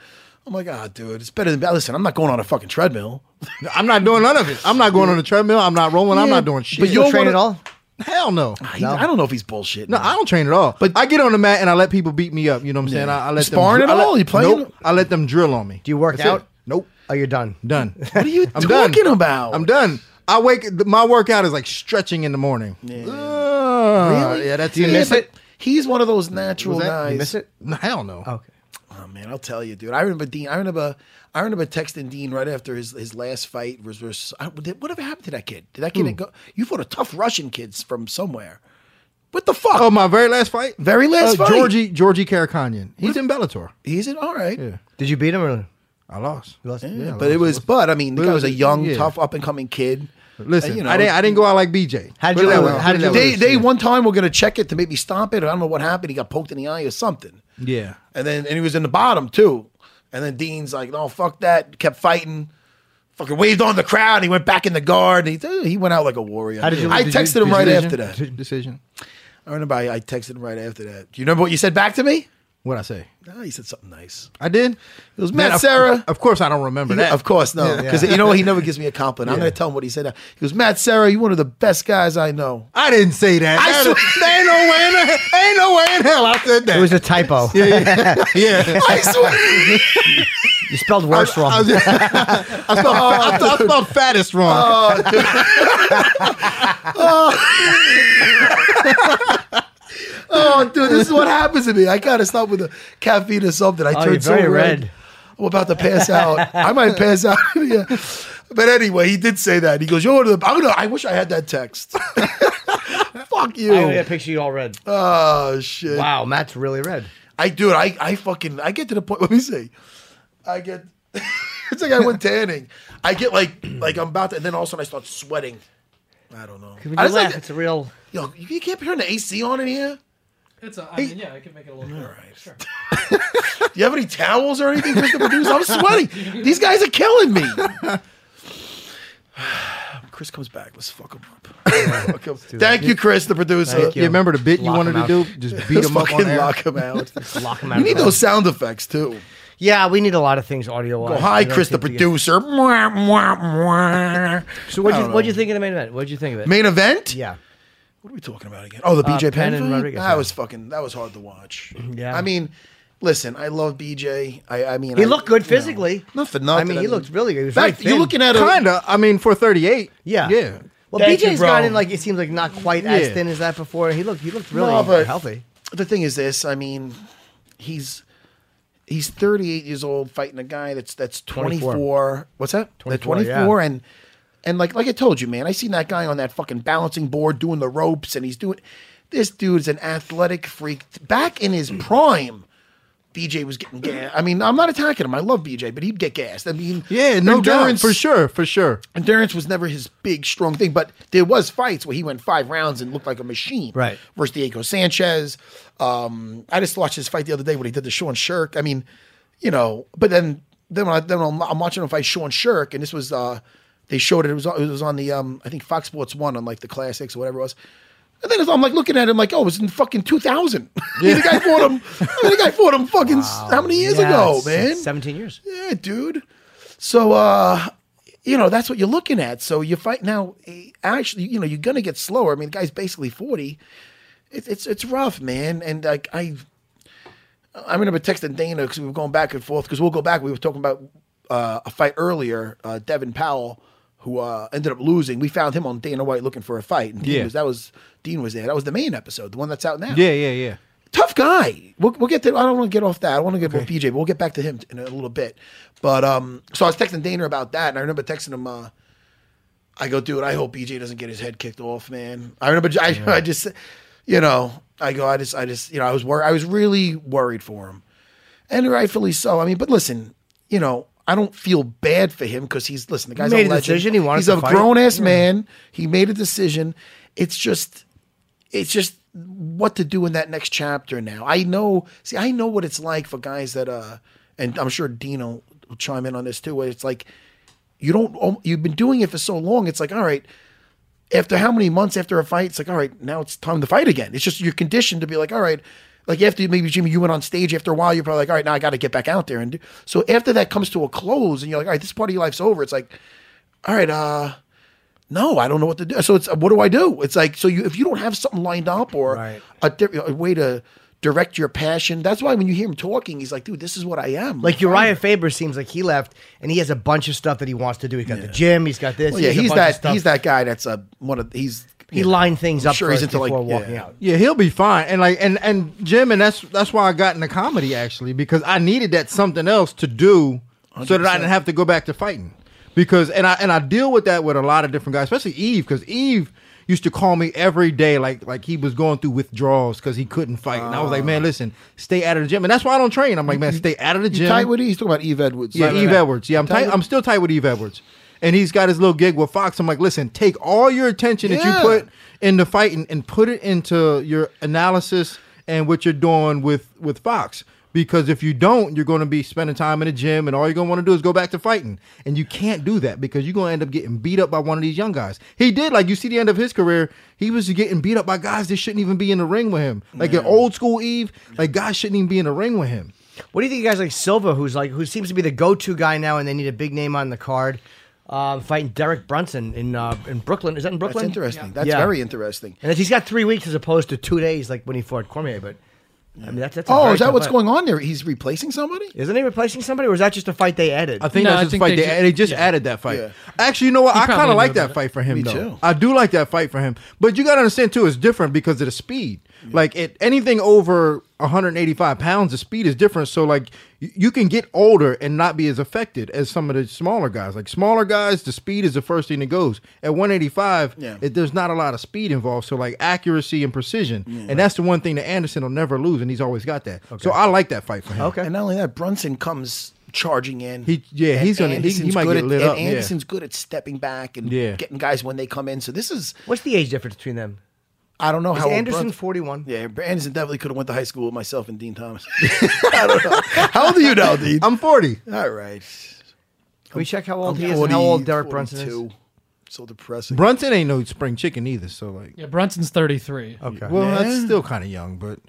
I'm like, ah, dude, it's better than that. Listen, I'm not going on a fucking treadmill. I'm not doing none of it. I'm not going on the treadmill. I'm not rolling. I'm Yeah, not doing shit. But you you're train one at of- all? hell no. Ah, He- I don't know if he's bullshitting. No, I don't train at all. But But- I get on the mat and I let people beat me up. You know what I'm saying? I, I let Sparring them, at I let- all? You playing? Nope. I let them drill on me. Do you work That's it. out? Nope. Oh, you're done. Done. What are you I'm done. talking about? I'm done. I wake. th- My workout is like stretching in the morning. Ah, Really? Yeah, that's you it. miss but it? He's one of those natural Was that- guys. You miss it? No, Hell no. Okay. Oh man, I'll tell you, dude. I remember Dean. I remember. I remember texting Dean right after his, his last fight was versus. I, did- whatever happened to that kid? Did that kid go? You fought a tough Russian kid from somewhere. What the fuck? Oh, my very last fight. Uh, Very last fight. Georgie Georgie Karakanyan. He's in Bellator. He's in all right. Yeah, Did you beat him or? I lost. lost? Yeah, I but it was. But I mean, the But guy it was a was- young, yeah. tough, up and coming kid. Listen, Uh, you I know, uh, didn't. I didn't go out like BJ. How did Put it you that lose? way. How Put did you it that They way. they one time were gonna check it to maybe stop it. I don't know what happened. He got poked in the eye or something. Yeah. And then and he was in the bottom too. And then Dean's like, no, fuck that. Kept fighting. Fucking waved on the crowd. And he went back in the guard. And he, he went out like a warrior. How did you- I did you- texted him right Decision? after that. Decision. I remember I, I texted him right after that. Do you remember what you said back to me? What I say? No, he said something nice. I did. It was Matt Serra. Of course, I don't remember that. Of course, no. Because you know what? He never gives me a compliment. I'm going to tell him what he said. He goes, Matt Sarah, you're one of the best guys I know. I didn't say that. I That- swear- there ain't no way. In the, ain't no way in hell I said that. It was a typo. yeah. oh, I swear. You spelled worse wrong. I, was- I spelled, I spelled- I spelled fattest Uh, wrong. oh, dude, this is what happens to me. I got to stop with the caffeine or something. I Oh, turned you're very so red. red. I'm about to pass out. I might pass out. yeah. But anyway, he did say that. He goes, "You're one of the." I'm gonna. I wish I had that text. Fuck you. picture you all red. Oh shit. Wow, Matt's really red. I dude, I I fucking I get to the point. Let me see. I get. it's like I went tanning. I get like like I'm about to, and then all of a sudden I start sweating. I don't know. When I you just laugh, like, it's a real. yo, you can't turn the AC on in here. It's a, I mean, yeah, I can make it a little bit. Sure. Do you have any towels or anything just to produce? I'm sweating. These guys are killing me. Chris comes back. Let's fuck him up. Fuck him. Thank you, Chris, the producer. Thank You remember the bit you Lock wanted to him do? out. Just beat Let's him up on fucking air. lock him out. Lock him out. We of need the- those sound effects too. Yeah, we need a lot of things audio wise. Oh, hi, Chris, the producer. Mwah, mwah, mwah. So what you what you think of the main event? What would you think of it? Main event? yeah, What are we talking about again? Oh, the Uh, BJ Penn, Penn and fight? Rodriguez, That yeah. Mm-hmm. was fucking. That was hard to watch. Yeah. I mean, listen, I love BJ. I, I mean, he I- looked good you know, physically. not for nothing. I mean, he looked really good. He was Fact, very you're thin. looking at a Kinda. I mean, for 38. Yeah. Yeah. Well, Thank you, BJ's bro. gotten like it seems like not quite as Yeah. thin as that before. He looked he looked really No, but- healthy. the thing is this i mean he's he's 38 years old fighting a guy that's that's 24, 24. what's that 24, They're 24 and and like like i told you man i seen that guy on that fucking balancing board doing the Mm. ropes and he's doing this dude's an athletic freak back in his prime BJ was getting gas. I mean, I'm not attacking him. I love BJ, but he'd get gassed. I mean, Yeah, no doubt. endurance For sure, for sure. endurance was never his big strong thing, but there was fights where he went five rounds and looked like a machine. Right. Versus Diego Sanchez. Um, I just watched his fight the other day when he did the Sean Shirk. I mean, you know, but then then when I, then I'm, I'm watching him fight Sean Shirk, and this was uh, they showed it. It was on- it was on the um, I think Fox Sports One on like the classics or whatever it was. And then I'm like looking at him like, oh, it was in fucking 2000. I mean, the guy fought him. I mean, the guy fought him fucking s- how many years Yeah, ago, it's- man? it's 17 years. Yeah, dude. So uh you know, that's what you're looking at. So you fight now eh, actually, you know, you're gonna get slower. I mean, the guy's basically 40. It's it's it's rough, man. And like I I remember texting Dana because we were going back and forth because we'll go back. We were talking about uh, a fight earlier, uh, Devin Powell, who uh, ended up losing. We found him on Dana White looking for a fight, and Dean Yeah. was, that was Dean was there. That was the main episode, the one that's out now Yeah, yeah, yeah. tough guy. We'll, we'll get to. I don't want to get off that. I want to get about PJ, but we'll get back to him in a little bit. But um, so I was texting Dana about that, and I remember texting him. Uh, I go, dude, I hope BJ doesn't get his head kicked off, man. I remember, I, I just, you know, I go, I just, I just, you know, I was worried. I was really worried for him, and rightfully so. I mean, but listen, you know. I don't feel bad for him because he's listen. The guy's made a a legend. decision. He wanted He's to a fight. grown ass man. He made a decision. It's just it's just what to do in that next chapter now. I know, see, I know what it's like for guys that, uh, and I'm sure Dino will chime in on this too, where it's like, you don't, you've been doing it for so long. It's like, all right, after how many months after a fight, it's like, all right, now it's time to fight again. It's just you're conditioned to be like, all right, like after maybe Jimmy, you went on stage after a while, you're probably like, all right, now I got to get back out there. And do. so after that comes to a close and you're like, all right, this part of your life's over. It's like, all right, uh, no, I don't know what to do. So it's what do I do? It's like so you if you don't have something lined up or Right. a, di- a way to direct your passion. That's why when you hear him talking, he's like, dude, this is what I am. Like Uriah Faber seems like he left and he has a bunch of stuff that he wants to do. He's got the gym, he's got this. Well, he yeah, has a he's bunch of that stuff. he's that guy that's a one of he's He lined things I'm up sure first he's into, like, before yeah. walking out. Yeah, he'll be fine. And like and and Jim, and that's that's why I got into comedy actually because I needed that something else to do so that I didn't have to go back to fighting. Because and I and I deal with that with a lot of different guys, especially Eve, because Eve used to call me every day like like he was going through withdrawals because he couldn't fight. and I was like, Ah. man, listen, stay out of the gym. And that's why I don't train. I'm like, man, stay out of the gym. tight with he's talking about Eve Edwards. Yeah, Eve Edwards. Yeah, I'm tight. I'm still tight with Eve Edwards, and he's got his little gig with Fox. I'm like, listen, take all your attention that you Yeah. put into fighting and put it into your analysis and what you're doing with with Fox. Because if you don't, you're going to be spending time in the gym, and all you're going to want to do is go back to fighting. And you can't do that because you're going to end up getting beat up by one of these young guys. He did, like you see the end of his career, he was getting beat up by guys that shouldn't even be in the ring with him. Like an old school Eve, like guys shouldn't even be in the ring with him. What do you think of guys like Silva, who's like who seems to be the go-to guy now, and they need a big name on the card, um, fighting Derek Brunson in uh, in Brooklyn? Is that in That's Brooklyn? interesting. That's Yeah. very interesting. And he's got three weeks as opposed to two days, like when he fought Cormier. But I mean, that's that's a Oh, very is that tough what's fight. going on there? He's replacing somebody? Isn't he replacing somebody, or is that just a fight they added? I think No, that's I his think fight. They, they ju- they just yeah. added that fight. Yeah. Actually, you know what? I kind probably of like knew about that fight for him, Me though. too. I do like that fight for him. But you got to understand too, it's different because of the speed. Like it, anything over 185 pounds, the speed is different. So like y- you can get older and not be as affected as some of the smaller guys. Like smaller guys, the speed is the first thing that goes. At 185, Yeah. it, there's not a lot of speed involved. So like accuracy and precision, and that's the one thing that Anderson will never lose, and he's always got that. So I like that fight for him. Okay. And not only that, Brunson comes charging in. He- yeah, he's gonna- he- he Anderson's might good at- get lit and up, yeah. Anderson's good at stepping back and Yeah. getting guys when they come in. So this is What's the age difference between them? I don't know Is how old Anderson Brunson- 41? Yeah, Anderson definitely could have went to high school with myself and Dean Thomas. I don't know. How old are you now, Dean? I'm 40. All right. Can we check how old I'm he is and how old Derek 42. Brunson is? So depressing. Brunson ain't no spring chicken either, so like, Yeah, Brunson's 33. Oh. Okay. well, that's still kind of young, but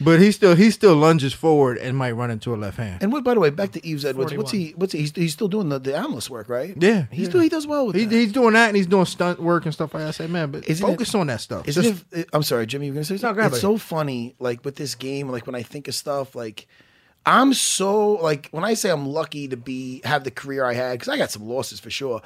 but he still he still lunges forward and might run into a left hand. and what, by the way, back to Eves Edwards. What's he? What's he? He's, he's still doing the, the analyst work, right? Yeah, he's yeah. doing. He does well with He, that. he's doing that and he's doing stunt work and stuff like that. I say, man, but Isn't it- focus on that stuff. Isn't Just- it, I'm sorry, Jimmy. You're gonna say No, something. go ahead, it's buddy. so funny, like with this game. Like when I think of stuff, like I'm so like when I say I'm lucky to be have the career I had because I got some losses for sure.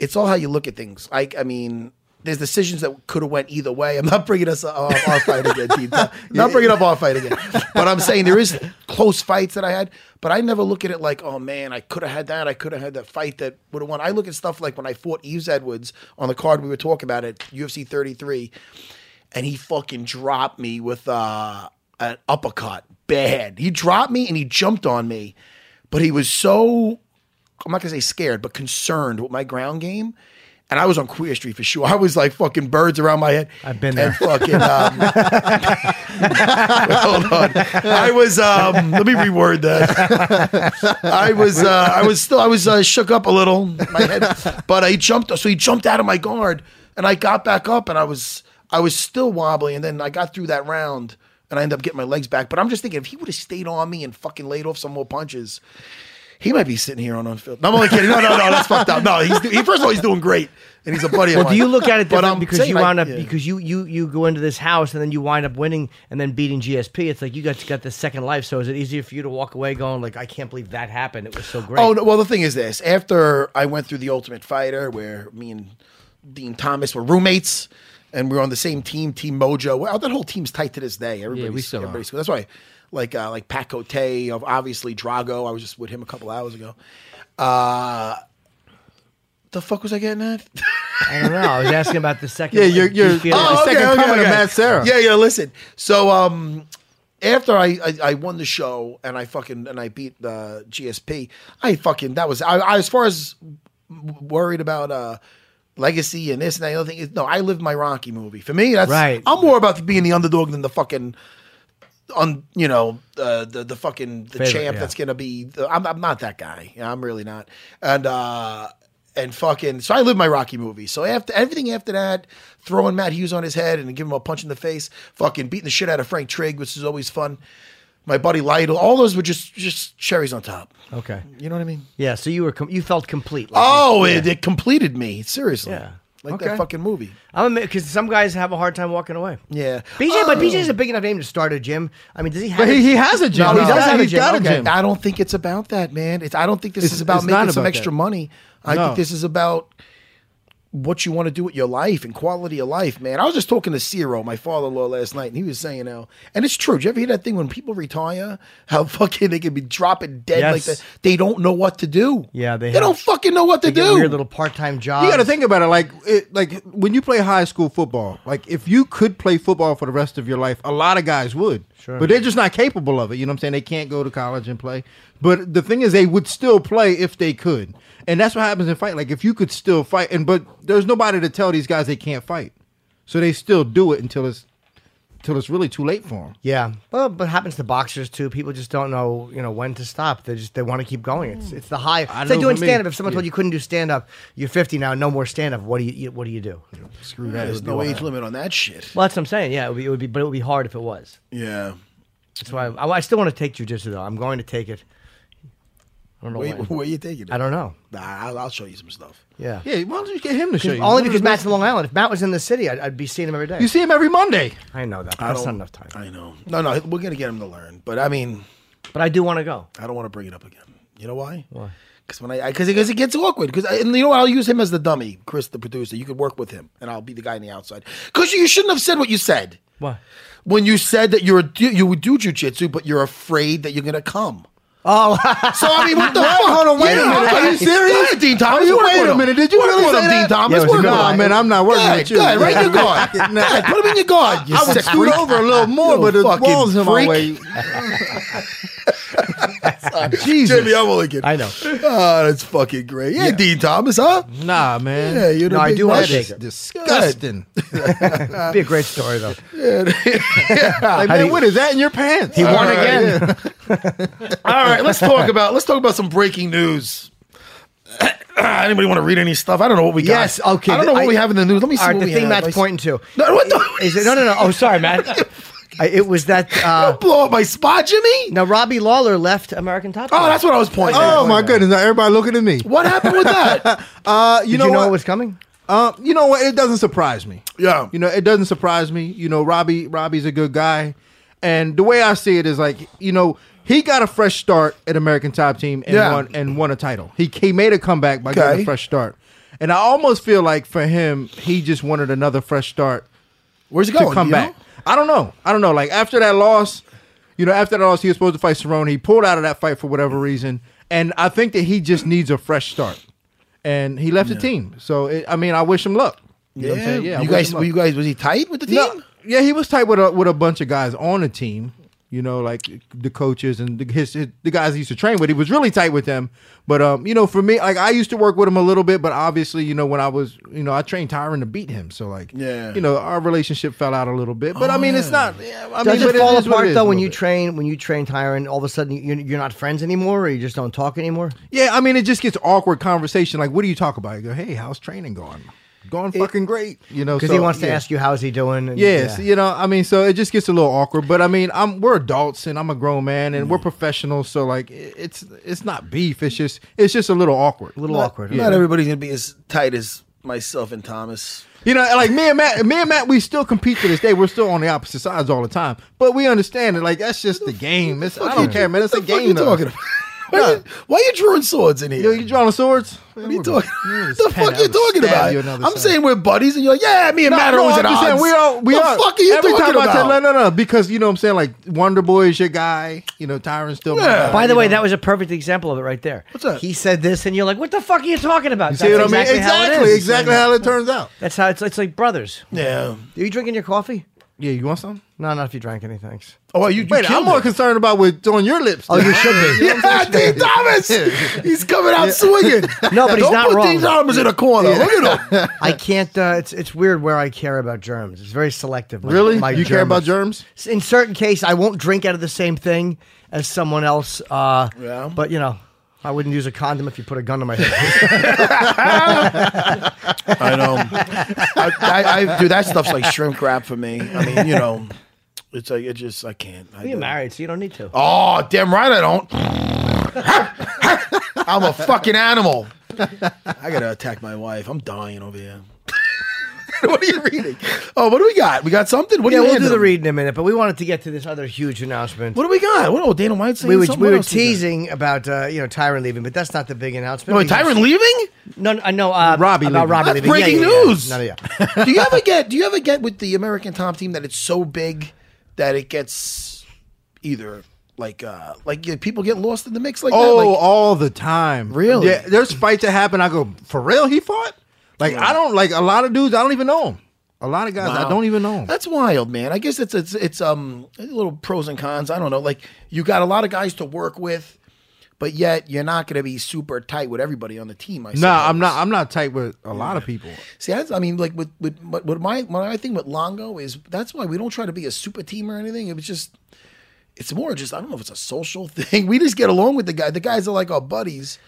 It's all how you look at things. Like I mean, there's decisions that could have went either way. I'm not bringing us uh, our, our fight again, Dean. Not bringing up our fight again. But I'm saying there is close fights that I had, but I never look at it like, oh man, I could have had that. I could have had that fight that would have won. I look at stuff like when I fought Eves Edwards on the card we were talking about at UFC 33 and he fucking dropped me with uh an uppercut bad. He dropped me and he jumped on me, but he was so I'm not gonna say scared, but concerned with my ground game. And I was on Queer Street for sure. I was like fucking birds around my head. I've been And fucking, um, hold on. I was. Um, let me reword that. I was. Uh, I was still. I was uh, shook up a little. My head, but I jumped. So he jumped out of my guard, and I got back up, and I was. I was still wobbly, and then I got through that round, and I ended up getting my legs back. But I'm just thinking, if he would have stayed on me and fucking laid off some more punches, he might be sitting here on unfiltered. No, I'm only kidding. No, no, no, that's fucked up. No, he's do- he, first of all, he's doing great, and he's a buddy of Well, do mine. you look at it But different I'm because saying you I- wound up yeah. because you you you go into this house and then you wind up winning and then beating GSP. It's like you got got this second life. So is it easier for you to walk away going like I can't believe that happened? It was so great. Oh no, well, the thing is this: after I went through the Ultimate Fighter, where me and Dean Thomas were roommates, and we were on the same team, Team Mojo. Well, that whole team's tight to this day. Everybody's, we still are. everybody's cool. That's why, like, uh, like Pat Cote of obviously Drago. I was just with him a couple hours ago. Uh, the fuck was I getting at? I don't know. I was asking about the second. Yeah, like, you're- do you you're- feel Oh, like- second coming of Matt Serra. Yeah, yeah. Listen, so um, after I, I I won the show and I fucking and I beat the GSP, I fucking that was I, I as far as w- worried about uh legacy and this and that other thing. is- No, I lived my Rocky movie. For me, that's Right. I'm more about being the underdog than the fucking. On you know uh, the the fucking the Favorite, champ yeah. that's gonna be I'm I'm not that guy Yeah, I'm really not and uh and fucking so I live my Rocky movie. So after everything after that, throwing Matt Hughes on his head and giving him a punch in the face, fucking beating the shit out of Frank Trigg, which is always fun. My buddy Lytle, all those were just just cherries on top. okay. You know what I mean? Yeah. So you were com- you felt complete. Like, Oh, it, it completed me seriously. Yeah. like Okay. that fucking movie. I'm because some guys have a hard time walking away. Yeah, BJ, Oh. but BJ's a big enough name to start a gym. I mean, does he have? But a- he, he has a gym. No, he no, does he's have, he's got got a a gym. gym. I don't think it's about that, man. It's I don't think this It's- is about it's not making some about extra that. money. I No. think this is about what you want to do with your life and quality of life, man. I was just talking to Ciro, my father-in-law, last night, and he was saying how, and it's true. Did you ever hear that thing when people retire, how fucking they can be dropping dead Yes. like that? They don't know what to do. Yeah, they they, have- don't fucking know what to They get do. weird little part-time jobs. You got to think about it, like it, like when you play high school football. Like if you could play football for the rest of your life, a lot of guys would. Sure. But they're just not capable of it. You know what I'm saying? They can't go to college and play. But the thing is, they would still play if they could, and that's what happens in fight. Like if you could still fight, and but there's nobody to tell these guys they can't fight, so they still do it until it's until it's really too late for them. Yeah, well, but it happens to boxers too. People just don't know, you know, when to stop. They just they want to keep going. It's it's the high. It's like know, doing for me- stand up. If someone yeah. told you couldn't do stand up, you're 50 now, no more stand up. What do you, you what do you do? Screw that. There's no age limit on that shit. Well, that's what I'm saying. Yeah, it would be, it would be but it would be hard if it was. Yeah. That's why I, I still want to take jujitsu though. I'm going to take it. I don't know. Where, when. where you taking it? I don't know. Nah, I'll, I'll show you some stuff. Yeah. Yeah, why don't you get him to show you? Only because Matt's in Long Island. If Matt was in the city, I'd, I'd be seeing him every day. you see him every Monday. I know that. But that's not enough time. I know. No, no, we're gonna get him to learn. But I mean, but I do want to go. I don't want to bring it up again. You know why? Why? Because when I because because it gets awkward. Because and you know what? I'll use him as the dummy, Chris, the producer. You could work with him, and I'll be the guy on the outside. Because you shouldn't have said what you said What? when you said that you're a, du- you would do jujitsu, but you're afraid that you're gonna come. Oh, so I mean, what the fuck? Hold on, wait a minute. Are you serious? Dean Thomas? Are Oh, you- Work wait with a him. minute. Did you Work really with say him, Dean that? Thomas? Yeah, it was work a with guard. him. Man, I'm not working Good, with you. Good, right? Yeah. Your guard. Good, put him in your guard. You I would sick scoot freak. over a little more, You but the fucking walls in my freak. way. Jesus. Jimmy, I'm only kidding. I know. Oh, that's fucking great. Yeah, Dean Thomas, huh? Nah, man. Yeah, you No, know, I do wanna take That's it. disgusting. It'd be a great story though. Like, man, what is that in your pants? He Born again. All right, let's talk about let's talk about some breaking news. Anybody want to read any stuff? I don't know what we got. Yes, okay, I don't know th- what I- we have in the news. Let me see. All right, what the we thing have. Matt's I s- pointing to. No, what the? Is it, no, no, no. Oh, sorry, Matt. I, it was that. Uh, Don't blow up my spot, Jimmy. now, Robbie Lawler left American Top. Oh, that's what I was pointing. Oh at. my goodness! Now everybody looking at me. What happened with that? Uh, you Did know you know what? it was coming? Uh, you know what? It doesn't surprise me. Yeah. You know, it doesn't surprise me. You know, Robbie Robbie's a good guy. And the way I see it is like, you know, he got a fresh start at American Top Team and Yeah. won and won a title. He he made a comeback by getting Okay. a fresh start. And I almost feel like for him, he just wanted another fresh start Where's it to going? come you know? back. I don't know. I don't know. Like after that loss, you know, after that loss, he was supposed to fight Cerrone. He pulled out of that fight for whatever reason, and I think that he just needs a fresh start. And he left the team. So it, I mean, I wish him luck. You know what I'm Yeah. saying? Yeah. I you wish guys, him were luck. you guys, was he tight with the team? No, yeah, he was tight with a with a bunch of guys on the team. You know, like the coaches and the, his, his- the guys he used to train with. He was really tight with them. But um, you know, for me, like I used to work with him a little bit, but obviously, you know, when I was, you know, I trained Tyron to beat him, so like, Yeah. you know, our relationship fell out a little bit. But I mean, it's not. Yeah, I Oh, Does mean, but it fall is what apart is a though when little you bit. train when you train Tyron? All of a sudden you're, you're not friends anymore, or you just don't talk anymore. Yeah, I mean, it just gets awkward conversation. Like, what do you talk about? You go, hey, how's training going? Going fucking great, you know. Because he so, wants to yeah. ask you how's he doing. and- Yes, you know, I mean, so it just gets a little awkward. But I mean, I'm we're adults and I'm a grown man and we're Mm. professionals, so like it- it's it's not beef. It's just it's just a little awkward. a little awkward. yeah. Yeah. Not everybody's gonna be as tight as myself and Thomas. You know, like me and Matt, me and Matt, we still compete to this day. We're still on the opposite sides all the time, but we understand it. Like that's just the game. It's, I don't care, man. It's a What the fuck game. you though. talking about? Why, you, why you drawing swords in here? Yo, you drawing swords? what are you talking? the fuck you talking about? I'm saying we're buddies, and you're like, yeah, me and No, Matt are no, always I'm at just odds. saying we are. We the are. fuck are you Every talking time I about? said no, no, no, because you know what I'm saying like Wonder Boy is your guy. You know, Tyron's still. my Yeah. guy, By the you way, know. that was a perfect example of it right there. What's that? He said this, and you're like, "What the fuck are you talking about?" See what I mean? How it Exactly, is. exactly how it turns out. That's how it's. It's like brothers. Yeah. Are you drinking your coffee? Yeah, you want some? No, not if you drank any. Thanks. Oh, you, you Wait, I'm killed more him. concerned about what's on your lips. Oh, you should be. Yeah, D. Thomas. He's coming out swinging. No, but he's Don't not put wrong. D. Thomas in a corner. Look at him. I can't. Uh, it's it's weird where I care about germs. It's very selective. my- really? my you care about germs? In certain case, I won't drink out of the same thing as someone else. Uh, Yeah. But you know, I wouldn't use a condom if you put a gun to my head. I know. I, I, I, dude, that stuff's like shrimp wrap for me. I mean, you know, it's like it just I can't. I You're don't- married, so you don't need to. Oh, damn right I don't. I'm a fucking animal. I gotta attack my wife. I'm dying over here. what are you reading? Oh, what do we got? We got something. What yeah, do we'll you do handing the them? reading in a minute, but we wanted to get to this other huge announcement. What do we got? What? Oh, Dana White. saying we were, something? we What were else got? teasing about uh, you know Tyron leaving, but that's not the big announcement. Wait, We just- Tyron leaving? No, no, no uh, Robbie about leaving. Robbie That's leaving. Yeah, breaking yeah, yeah. news. No, no, yeah. do you ever get? Do you ever get with the American Top team that it's so big that it gets either like uh like yeah, people get lost in the mix like Oh, that? Like, all the time. Really? Yeah. There's fights that happen. I go for real. He fought. Like I don't like a lot of dudes. I don't even know him. A lot of guys I Wow. don't even know. 'em. That's wild, man. I guess it's it's it's um little pros and cons. I don't know. Like you got a lot of guys to work with, but yet you're not going to be super tight with everybody on the team. I No, suppose. I'm not. I'm not tight with a lot of people. See, that's, I mean, like with with what what my my thing with Longo is that's why we don't try to be a super team or anything. It was just. It's more just I don't know if it's a social thing. We just get along with the guy. The guys are like our buddies,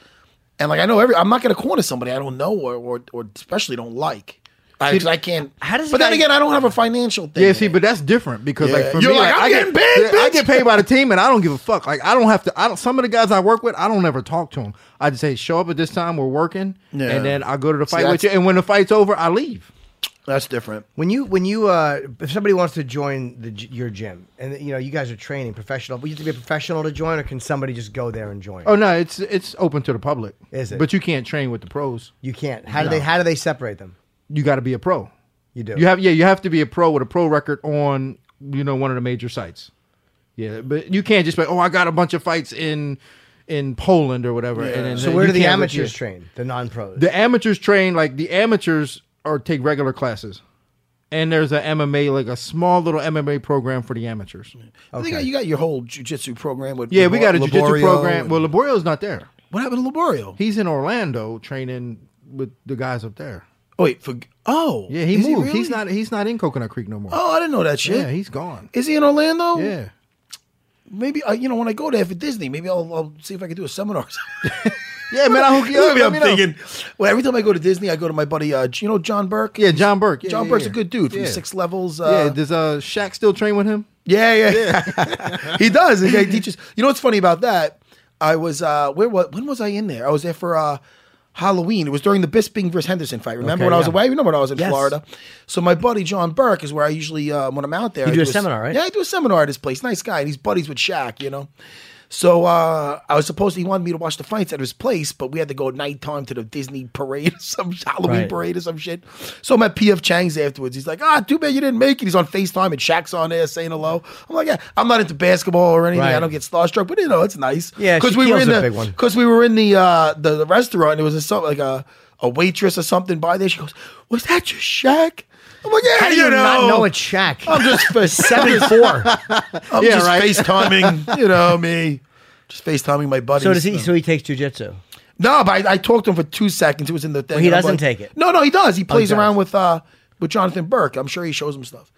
and like I know every. I'm not going to corner somebody I don't know or or, or especially don't like. I, 'cause I can't. how does a but then guy- again, I don't have a financial thing. Yeah, see, here. but that's different because like Yeah. for You're me, like, I'm I getting paid, yeah, I bitch. get paid by the team, and I don't give a fuck. Like I don't have to. I don't. Some of the guys I work with, I don't ever talk to them. I just say, show up at this time. We're working, Yeah. and then I go to the fight that's- with you. And when the fight's over, I leave. that's different. When you when you uh, if somebody wants to join the g- your gym and you know you guys are training professional, but you have to be a professional to join, or can somebody just go there and join? Oh no, it's it's open to the public. Is it? But you can't train with the pros. you can't. How do they how do they separate them? You got to be a pro. You do. You have yeah, you have to be a pro with a pro record on you know one of the major sites. Yeah, but you can't just be oh I got a bunch of fights in in Poland or whatever. And then so where you do the can't- amateurs yeah. train? The non pros. The amateurs train like the amateurs are take regular classes. And there's a MMA like a small little MMA program for the amateurs. I think you got your whole jujitsu program with Yeah, we Labo- got a jiu-jitsu Laborio program. and- Well, Laborio's not there. what happened to Laborio? He's in Orlando training with the guys up there. oh, wait, for oh Yeah, he is moved. really? He's not he's not in Coconut Creek no more. Oh, I didn't know that shit. yeah, he's gone. is he in Orlando? Yeah. Maybe uh, you know when I go there for Disney, maybe I'll, I'll see if I can do a seminar. or something. Yeah, man, I'll hook you up. Maybe Let I'm me know. thinking. Well, every time I go to Disney, I go to my buddy. Uh, you know John Burke. Yeah, John Burke. Yeah, John yeah, Burke's yeah. a good dude from Yeah. Six Levels. yeah, Uh, does uh Shaq still train with him? yeah, yeah, he does. He, he teaches. You know what's funny about that? I was uh, where? What? When was I in there? I was there for uh, Halloween. It was during the Bisping versus Henderson fight. Remember Okay, when I was yeah. away? Remember when I was in Yes. Florida? So my buddy John Burke is where I usually uh, when I'm out there. You I do a seminar, right? Yeah, I do a seminar at his place. Nice guy, and he's buddies with Shaq. You know. So uh, I was supposed to, he wanted me to watch the fights at his place, but we had to go at nighttime to the Disney parade, some Halloween Right. parade or some shit. So I'm at PF Chang's afterwards. He's like, ah, too bad you didn't make it. He's on FaceTime and Shaq's on there saying hello. I'm like, yeah, I'm not into basketball or anything. Right. I don't get starstruck, but you know, it's nice. Yeah, we were Shaquille's in a the big one. because we were in the uh the, the restaurant. And it was a, some- like a a waitress or something by there. She goes, "Was that your Shaq?" Well, yeah, How do you, not know it's Shaq? I'm just seven four. I'm Yeah, just right. FaceTiming, you know me. Just FaceTiming my buddies. So does he? So he takes jujitsu. No, but I, I talked to him for two seconds. It was in the thing. he and I'm doesn't like- take it. No, no, he does. He plays does. around with uh with Jonathan Burke. I'm sure he shows him stuff.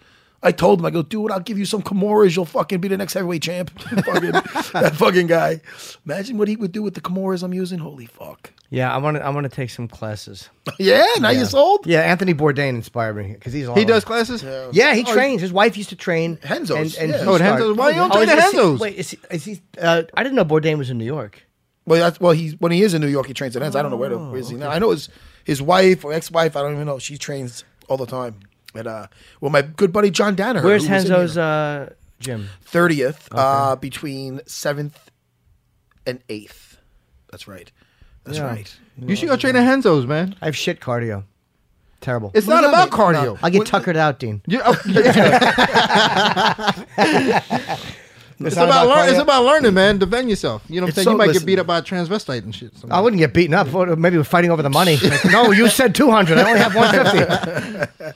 I told him, I go, dude, I'll give you some Kimuras. You'll fucking be the next heavyweight champ. fucking, that fucking guy. Imagine what he would do with the Kimuras I'm using. Holy fuck. Yeah, I want to. I want to take some classes. Yeah, now you're sold. Yeah, Anthony Bourdain inspired me because he's all He over. does classes. Yeah, he trains. His wife used to train Henzo's, And, and yeah. he Oh, at started- Henzo's. Why you don't Oh, train is- at is he- Henzo's? Wait, is he? Is he uh, I didn't know Bourdain was in New York. Well, that's well. He's when he is in New York, he trains at Hens. I don't know where, to, Oh, where is he now. I know his his wife or ex wife. I don't even know. She trains all the time. And uh, well, my good buddy John Danner. Where's Henzo's uh, gym? thirtieth? Uh, between seventh and eighth. That's right. That's Yeah. right. You should go train at Henzo's, man. I have shit cardio. Terrible. It's not about cardio. I'll get tuckered out, Dean. You- oh, yeah. It's about learn, it's about learning, man. Defend yourself. You know what I'm It's saying? so- you might get listen. beat up by a transvestite and shit. I wouldn't get beaten up. What- Maybe we're fighting over the money. Like, no, you said two hundred. I only have one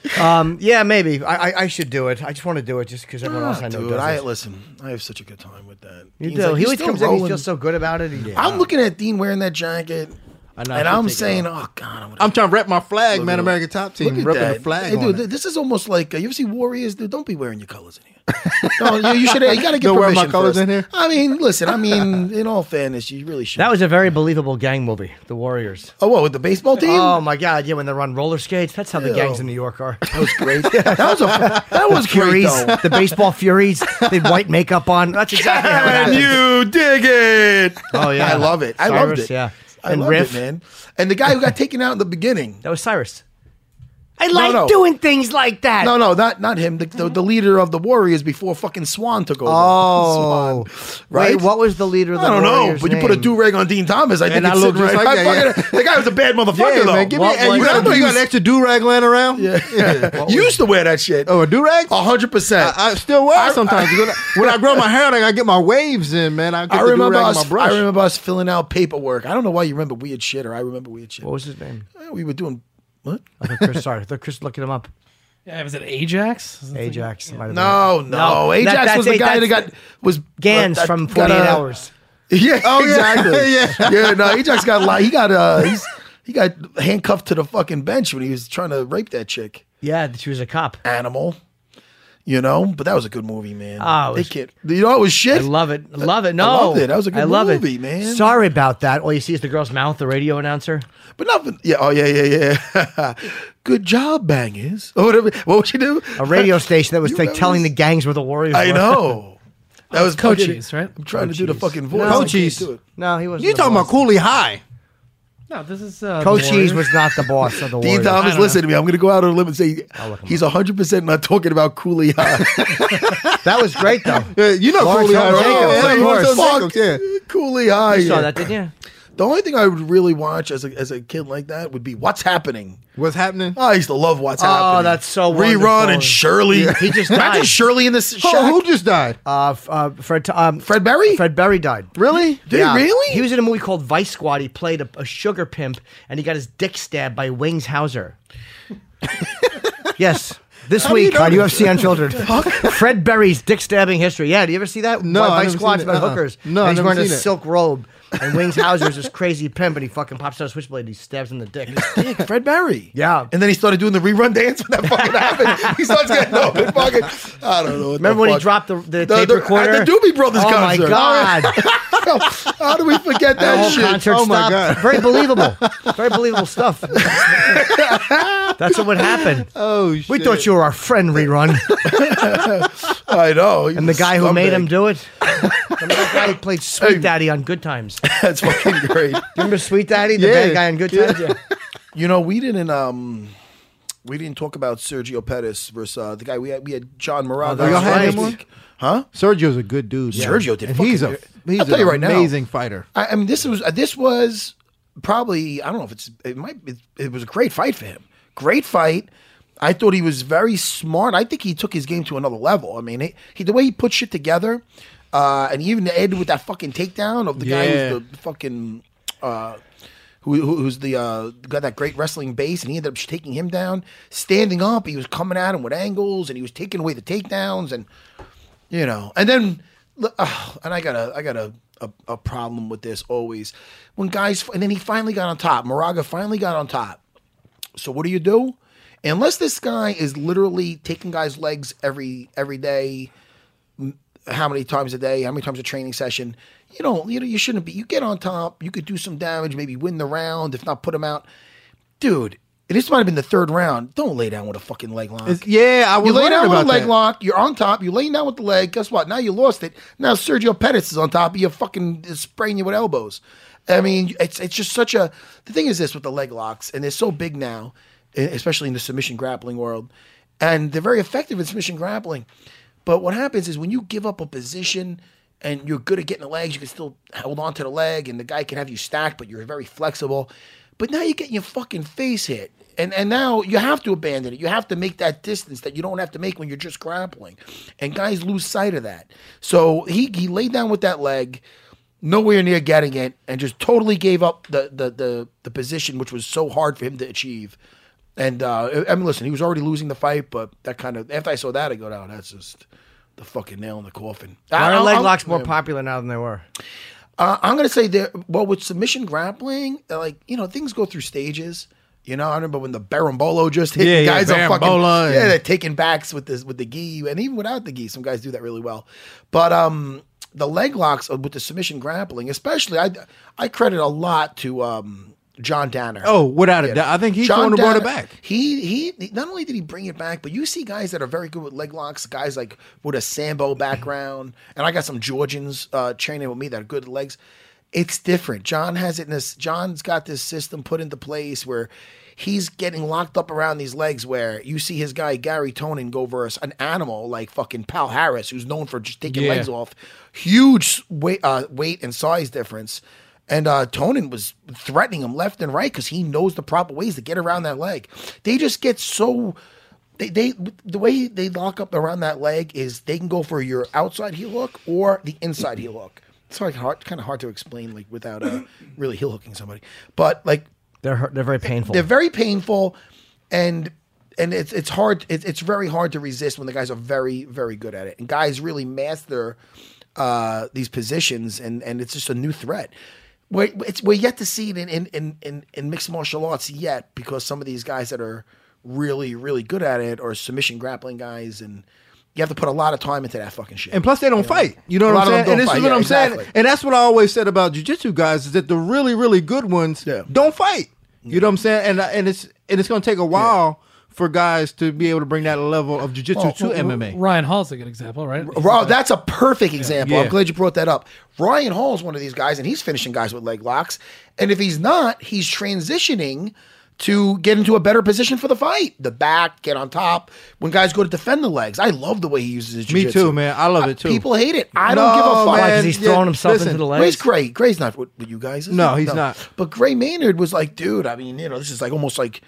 fifty. um, yeah, maybe I, I, I should do it. I just want to do it just because everyone else I know Dude, does I it. listen. I have such a good time with that. You Dean's do. like, he "You're always still comes in. He rolling." feels so good about it. He I'm looking at Dean wearing that jacket, and know, I should I'm take it saying, "Oh God, I'm gonna I'm trying to rep my flag, man. at- American top team, Look at repping that. the flag. Hey, on dude, it. th- this is almost like uh, you ever see Warriors? Dude, don't be wearing your colors in here. no, you, you should. You gotta get Don't wear permission my colors first. in here? I mean, listen. I mean, in all fairness, you really should. That was a very believable gang movie, The Warriors. oh, what with the baseball team? Oh my god, yeah, when they're on roller skates, that's how the Ew. gangs in New York are. that was great. that was a. That was great. Furies, Though. the baseball Furies, they had white makeup on. That's exactly how it happened. you dig it? Oh, yeah. I love it. I Cyrus, loved it. yeah. I And loved Riff. it, man. And the guy who got taken out in the beginning. That was Cyrus. I like no. doing things like that. No, no, not not him. The, the, the leader of the Warriors before fucking Swan took over. Oh. Swan, Wait, right? what was the leader of the I don't Warriors' know, but you put a name? do rag on Dean Thomas. I think I it's look sitting just right. like I that, yeah. fucking- The guy was a bad motherfucker, yeah, though. man. Give me, What and you, was- got, you got an extra do rag laying around? Yeah. You used to wear that shit. Oh, a do rag? a hundred percent. I still wear it sometimes. when, I, when I grow my hair, out, I gotta get my waves in, man. I, get I the remember do-rag in us. my brush. I remember us filling out paperwork. I don't know why you remember weird shit, or I remember weird shit. What was his name? Eh, we were doing what? I thought Chris, sorry, I thought Chris looking him up. Yeah, was it Ajax? Ajax. might have No, no. No, Ajax that- that's was the it, guy that that's- got was Gans uh, that from got, 48 uh, Hours. Yeah, oh, yeah. exactly. Yeah. yeah. no. Ajax got li- he got uh he's, he got handcuffed to the fucking bench when he was trying to rape that chick. Yeah, she was a cop. Animal. You know, but that was a good movie, man. Ah, it They was- kid- you know, it was shit. I love it. I love it. No. loved it. That was a good I love it. movie, man. Sorry about that. All you see is the girl's mouth, the radio announcer. But not, yeah, oh yeah, yeah, yeah. Good job, bangers, or whatever. What would she do? A radio station that was You like know, telling the gangs where the Warriors I were. know. That was Cochise, right? I'm trying to do the fucking voice. Cochise. I can't do it. No, he wasn't. You the talking boss. about Cooley High? No, this is uh, Coach the Cheese was Warriors. not the boss of the Dean Warriors. Thomas, know. listen to me. I'm going to go out on a limb and say look him he's 100% not talking about Cooley High. That was great though. Yeah, you know Lawrence Cooley High, Hilton right? Jacobs, yeah, of yeah, Lawrence course. Hilton Jacobs, yeah. Cooley High. You saw that, didn't you? The only thing I would really watch as a, as a kid like that would be What's Happening. What's happening? I used to love What's Happening. Oh, that's so Rerun wonderful. and Shirley. He just Imagine died. Shirley in this Oh, shack. who just died? Uh, f- uh, Fred, um, Fred Berry? Fred Berry died. Really? Did he really? He was in a movie called Vice Squad. He played a, a sugar pimp, and he got his dick stabbed by Wings Hauser. yes. This week on UFC Unfiltered, Fred Berry's dick stabbing history. Yeah, do you ever see that? No, One I've Vice never seen Squad's it. about Uh-uh. hookers. No, and I've he's never wearing a seen it. silk robe, and Wings Hauser is this crazy pimp, and he fucking pops out a switchblade and he stabs him in the dick. Dick, Fred Barry. Yeah. And then he started doing the rerun dance when that fucking happened. He starts getting up and fucking. I don't know. what the Remember when he fuck. dropped the, the, The- tape the- at recorder? the Doobie Brothers oh concert. my god! How do we forget that that whole shit? concert Oh my stopped. God. Very believable. Very believable stuff. That's what happened. Oh, shit. we thought you were our friend rerun, I know. and the guy who made him do it. Remember that guy who played Sweet Daddy on Good Times. That's fucking great. Remember Sweet Daddy, the Yeah. bad guy on Good Times? Yeah. You know, we didn't um we didn't talk about Sergio Pettis versus uh, the guy we had we had John Morales. Oh, y'all had last him on? week. Huh? Sergio's a good dude. man. Sergio did And he's a fucking- he's I'll tell an you right now. amazing fighter. I, I mean this was uh, this was probably I don't know if it's it might it, it was a great fight for him. Great fight. I thought he was very smart. I think he took his game to another level. I mean, he, he the way he put shit together, uh, and he even ended with that fucking takedown of the guy Yeah. who's the fucking uh, who, who- who's the uh, got that great wrestling base, and he ended up taking him down. Standing up, he was coming at him with angles, and he was taking away the takedowns, and you know. And then, uh, and I got a I got a, a a problem with this always when guys. And then he finally got on top. Moraga finally got on top. So what do you do? Unless this guy is literally taking guys' legs every every day, m- how many times a day, how many times a training session, you don't you know you shouldn't be. You get on top, you could do some damage, maybe win the round, if not put him out, dude. This might have been the third round. Don't lay down with a fucking leg lock. It's- yeah, I was You lay wondering down with a about leg that. lock. You're on top. You lay down with the leg. Guess what? Now you lost it. Now Sergio Pettis is on top. of You fucking is spraying you with elbows. I mean, it's it's just such a. The thing is this with the leg locks, and they're so big now, e- especially in the submission grappling world, and they're very effective in submission grappling. But what happens is when you give up a position and you're good at getting the legs, you can still hold on to the leg, and the guy can have you stacked, but you're very flexible. But now you're getting your fucking face hit. And and now you have to abandon it. You have to make that distance that you don't have to make when you're just grappling. And guys lose sight of that. So he he laid down with that leg, nowhere near getting it, and just totally gave up the the the, the position which was so hard for him to achieve. And uh, I mean, listen, he was already losing the fight, but that kind of after I saw that, I go, "No, that's just the fucking nail in the coffin." Why I- are leg I'm- locks more yeah. popular now than they were? Uh, I'm gonna say there. Well, with submission grappling, uh, like you know, things go through stages. You know, I remember when the Barambolo just hit Yeah, yeah, guys are fucking Barambola and- yeah, they're taking backs with this with the gi, and even without the gi, some guys do that really well. But um, the leg locks uh, with the submission grappling, especially, I I credit a lot to um John Danner. Oh, without a doubt. I think he's the one who brought it Danner, back. He he. Not only did he bring it back, but you see guys that are very good with leg locks. Guys like with a sambo background, and I got some Georgians uh, training with me that are good at legs. It's different. John has it in this. John's got this system put into place where he's getting locked up around these legs. Where you see his guy Gary Tonin go versus an animal like fucking Pal Harris, who's known for just taking Yeah. legs off. Huge weight, uh, weight and size difference. And uh, Tonin was threatening him left and right because he knows the proper ways to get around that leg. They just get so. They, they the way they lock up around that leg is they can go for your outside heel hook or the inside heel hook. It's like hard, kind of hard to explain like without uh, really heel hooking somebody. But like They're hurt- they're very painful. they're very painful, and and it's it's hard. It's it's very hard to resist when the guys are very very good at it, and guys really master uh, these positions, and and it's just a new threat. We're it's, we're yet to see it in in, in in in mixed martial arts yet because some of these guys that are really really good at it are submission grappling guys, and you have to put a lot of time into that fucking shit. And plus, they don't fight. You know A what lot I'm of them saying? don't And this fight. is what Yeah, I'm saying. exactly. And that's what I always said about jujitsu guys is that the really, really good ones Yeah. don't fight. You know what I'm saying? And and it's and it's going to take a while for guys to be able to bring that level of jujitsu Well, to well, MMA. Ryan Hall's a good example, right? Ro- that's a perfect example. Yeah. I'm glad you brought that up. Ryan Hall is one of these guys, and he's finishing guys with leg locks. And if he's not, he's transitioning to get into a better position for the fight. The back, get on top. When guys go to defend the legs, I love the way he uses his Me jiu-jitsu. too, man. I love it too. People hate it. I don't give a No, fuck. Why? man. Because he's Yeah, throwing himself listen, into the Where's legs. Gray? Gray's not with, with you guys. is No, he? he's not. But Gray Maynard was like, dude. I mean, you know, this is like almost like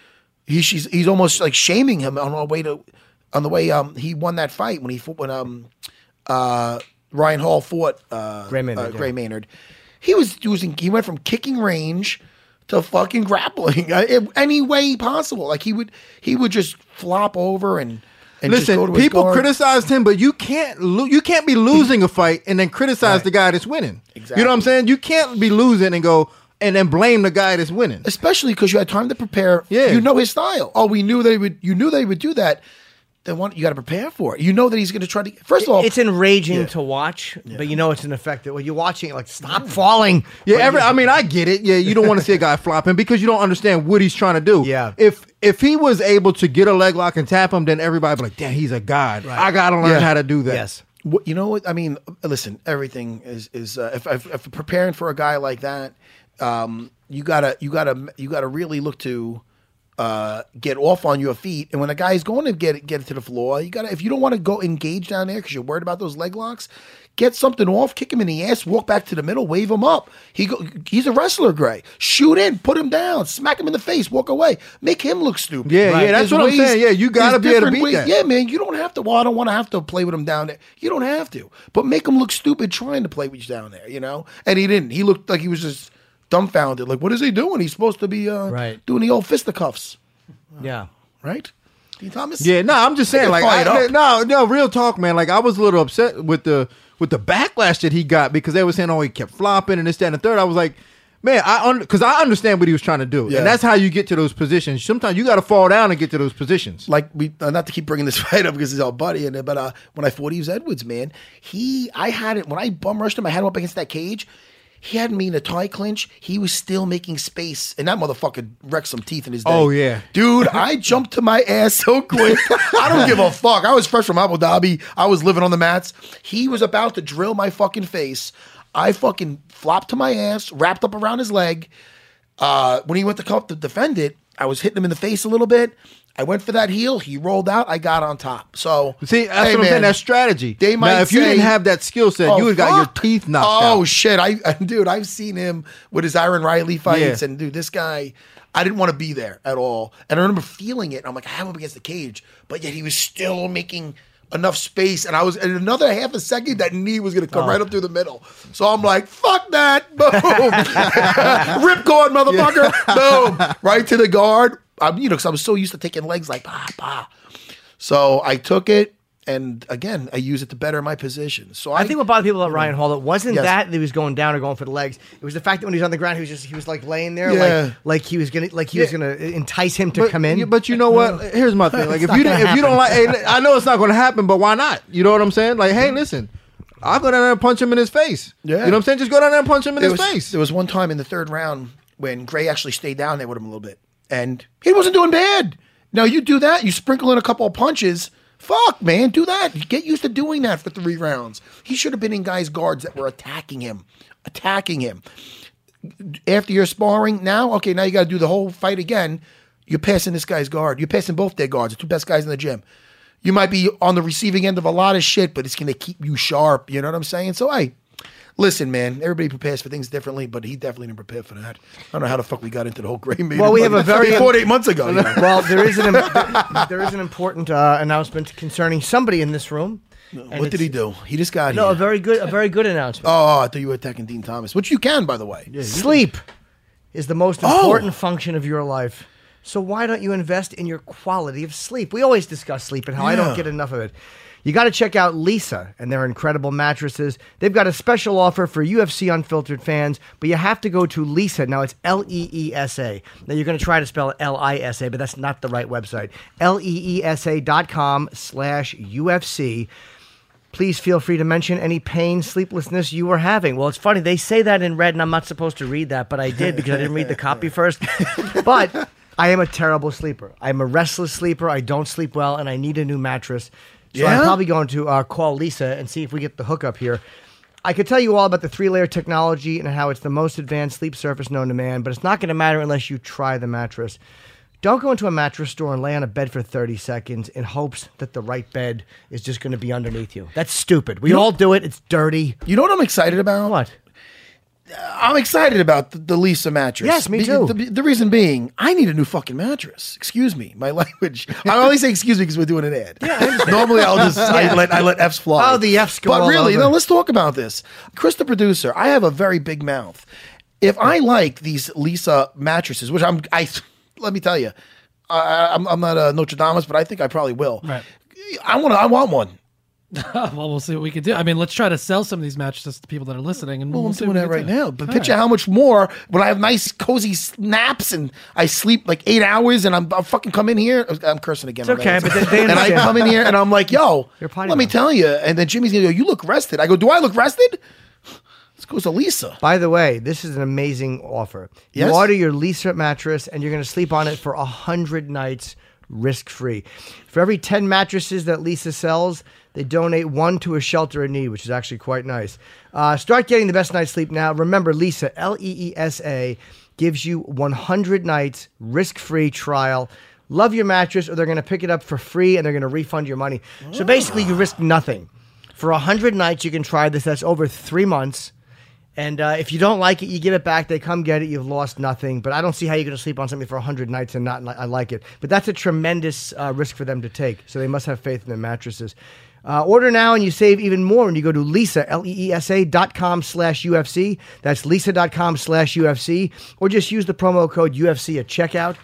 he, she's he's almost like shaming him on our way to on the way. Um, he won that fight when he fought when um uh Ryan Hall fought uh Gray Maynard, uh, yeah. Gray Maynard. He was using. He went from kicking range to fucking grappling uh, in any way possible. Like he would he would just flop over and. And just go to Listen, his people guard. criticized him, but you can't lo- you can't be losing a fight and then criticize the guy that's winning. You know what I'm Exactly. saying? You can't be losing and go and then blame the guy that's winning. especially because you had time to prepare. Yeah. you know his style. Oh, we knew they would. You knew they would do that. Then one, you got to prepare for it. You know that he's going to try to. First of all, it's enraging to watch, but you know it's an effect. When you're watching it, like stop falling. Yeah, every, I mean, I get it. Yeah, you don't want to see a guy flopping because you don't understand what he's trying to do. Yeah. If if he was able to get a leg lock and tap him, then everybody be like, damn, he's a god. I gotta learn Yeah. how to do that. Yes. What, you know what I mean? Listen, everything is is uh, if, if if preparing for a guy like that, um, you gotta you gotta you gotta really look to uh, get off on your feet. And when a guy's going to get get to the floor, you gotta if you don't want to go engage down there because you're worried about those leg locks, get something off, kick him in the ass, walk back to the middle, wave him up. He go, he's a wrestler, Gray. Shoot in, put him down, smack him in the face, walk away, make him look stupid. Yeah, yeah, that's There's what I'm saying. Yeah, you gotta there's be able to different beat that. Yeah, man, you don't have to. Well, I don't want to have to play with him down there. You don't have to, but make him look stupid trying to play with you down there. You know, and he didn't. He looked like he was just dumbfounded. Like, what is he doing? He's supposed to be uh, Right. doing the old fisticuffs, Yeah. right? Dean Thomas. Yeah, no, I'm just saying, get like, fired I- up. no, no, real talk, man. Like, I was a little upset with the with the backlash that he got because they were saying, oh, he kept flopping and this, that, and the third. I was like, man, I because I understand what he was trying to do, Yeah. and that's how you get to those positions. Sometimes you got to fall down and get to those positions. like we uh, not to keep bringing this fight up because he's our buddy in it, but uh, when I fought Eves Edwards, man, he I had it when I bum rushed him, I had him up against that cage. He had me in a tie clinch. He was still making space, and that motherfucker wrecked some teeth in his. Day. Oh, yeah. dude, I jumped to my ass so quick. I don't give a fuck. I was fresh from Abu Dhabi. I was living on the mats. He was about to drill my fucking face. I fucking flopped to my ass, wrapped up around his leg uh, when he went to come up to defend it, I was hitting him in the face a little bit. I went for that heel. He rolled out. I got on top. So See, that's hey, what I'm man, saying. That's strategy. They might now, if you say- didn't have that skill set, Oh, you would got your fuck. teeth knocked out. Oh shit! I, I dude, I've seen him with his Iron Riley fights, Yeah. and dude, this guy, I didn't want to be there at all. And I remember feeling it. I'm like, I have him against the cage, but yet he was still making enough space, and I was in another half a second that knee was gonna come right up through the middle. So I'm like, fuck that, boom, ripcord, motherfucker, boom, right to the guard. I'm, you know, because I was so used to taking legs like bah bah. So I took it. And again, I use it to better my position. So I, I think what bothered people about Ryan Hall it wasn't Yes. that he was going down or going for the legs. It was the fact that when he was on the ground, he was just he was like laying there, Yeah. like like he was gonna like he was Yeah. gonna entice him to but, come in. yeah, But you know what? Here's my thing. Like if not you didn't, gonna if you don't like, hey, li- I know it's not going to happen, but why not? You know what I'm saying? Like, Mm-hmm. hey, listen, I'll go down there and punch him in his face. Yeah. You know what I'm saying? Just go down there and punch him in there his was, face. There was one time in the third round when Gray actually stayed down there with him a little bit, and he wasn't doing bad. Now you do that, you sprinkle in a couple of punches. Fuck, man, do that. You Get used to doing that for three rounds. He should have been in guys' guards that were attacking him, attacking him. After you're sparring, now okay, now you got to do the whole fight again. You're passing this guy's guard. You're passing both their guards, the two best guys in the gym. You might be on the receiving end of a lot of shit, but it's gonna keep you sharp. You know what I'm saying? So, hey, Listen, man, everybody prepares for things differently, but he definitely didn't prepare for that. I don't know how the fuck we got into the whole gray meeting. Well, we but have a very- four to eight months ago. you know. well, there is an im- there is an important uh, announcement concerning somebody in this room. And what did it's- he do? He just got No, a here. very good a very good announcement. oh, I thought you were attacking Dean Thomas, which you can, by the way. Sleep is the most Oh. important function of your life. So why don't you invest in your quality of sleep? We always discuss sleep and how I Yeah. don't get enough of it. You got to check out Lisa and their incredible mattresses. They've got a special offer for UFC Unfiltered fans, but you have to go to Lisa. Now it's L E E S A. Now you're going to try to spell L I S A, but that's not the right website. L E E S A dot com slash UFC. Please feel free to mention any pain, sleeplessness you were having. Well, it's funny, they say that in red, and I'm not supposed to read that, but I did because I didn't read the copy first. But I am a terrible sleeper. I'm a restless sleeper. I don't sleep well, and I need a new mattress. So Yeah? I'm probably going to uh, call Lisa and see if we get the hookup here. I could tell you all about the three layer technology and how it's the most advanced sleep surface known to man, but it's not going to matter unless you try the mattress. Don't go into a mattress store and lay on a bed for 30 seconds in hopes that the right bed is just going to be underneath you. That's stupid. We all do it. It's dirty. You know what I'm excited about? What? I'm excited about the, the Lisa mattress. Yes, me Be- too. The, the reason being, I need a new fucking mattress. Excuse me, my language. I only say excuse me because we're doing an ad. Normally, I'll just I let I let F's fly. Oh, the Fs go But all really, over. no. Let's talk about this. Chris, the producer, I have a very big mouth. If I like these Lisa mattresses, which I'm, I let me tell you, I, I'm, I'm not a Notre Dame, but I think I probably will. Right. I want. I want one. well, we'll see what we can do. I mean, let's try to sell some of these mattresses to people that are listening, and we'll, Well, I'm see doing what we that can right do. now. But All picture right. how much more when I have nice, cozy s- naps and I sleep like eight hours and I'm I'll fucking come in here. I'm cursing again. It's okay, but they- they and I understand. come in here and I'm like, yo, You're let potty me mouth. tell you. And then Jimmy's gonna go, you look rested. I go, do I look rested? Let's go to Lisa. By the way, this is an amazing offer. Yes? You order your Lisa mattress and you're going to sleep on it for 100 nights risk free. For every 10 mattresses that Lisa sells, they donate one to a shelter in need, which is actually quite nice. Uh, start getting the best night's sleep now. Remember, Lisa, L E E S A, gives you 100 nights risk free trial. Love your mattress, or they're going to pick it up for free and they're going to refund your money. So basically, you risk nothing. For 100 nights, you can try this. That's over three months. And uh, if you don't like it, you give it back. They come get it. You've lost nothing. But I don't see how you're going to sleep on something for 100 nights and not li- I like it. But that's a tremendous uh, risk for them to take. So they must have faith in their mattresses. Uh, order now and you save even more when you go to Lisa, L E E S A dot com slash UFC. That's Lisa dot com slash UFC. Or just use the promo code UFC at checkout.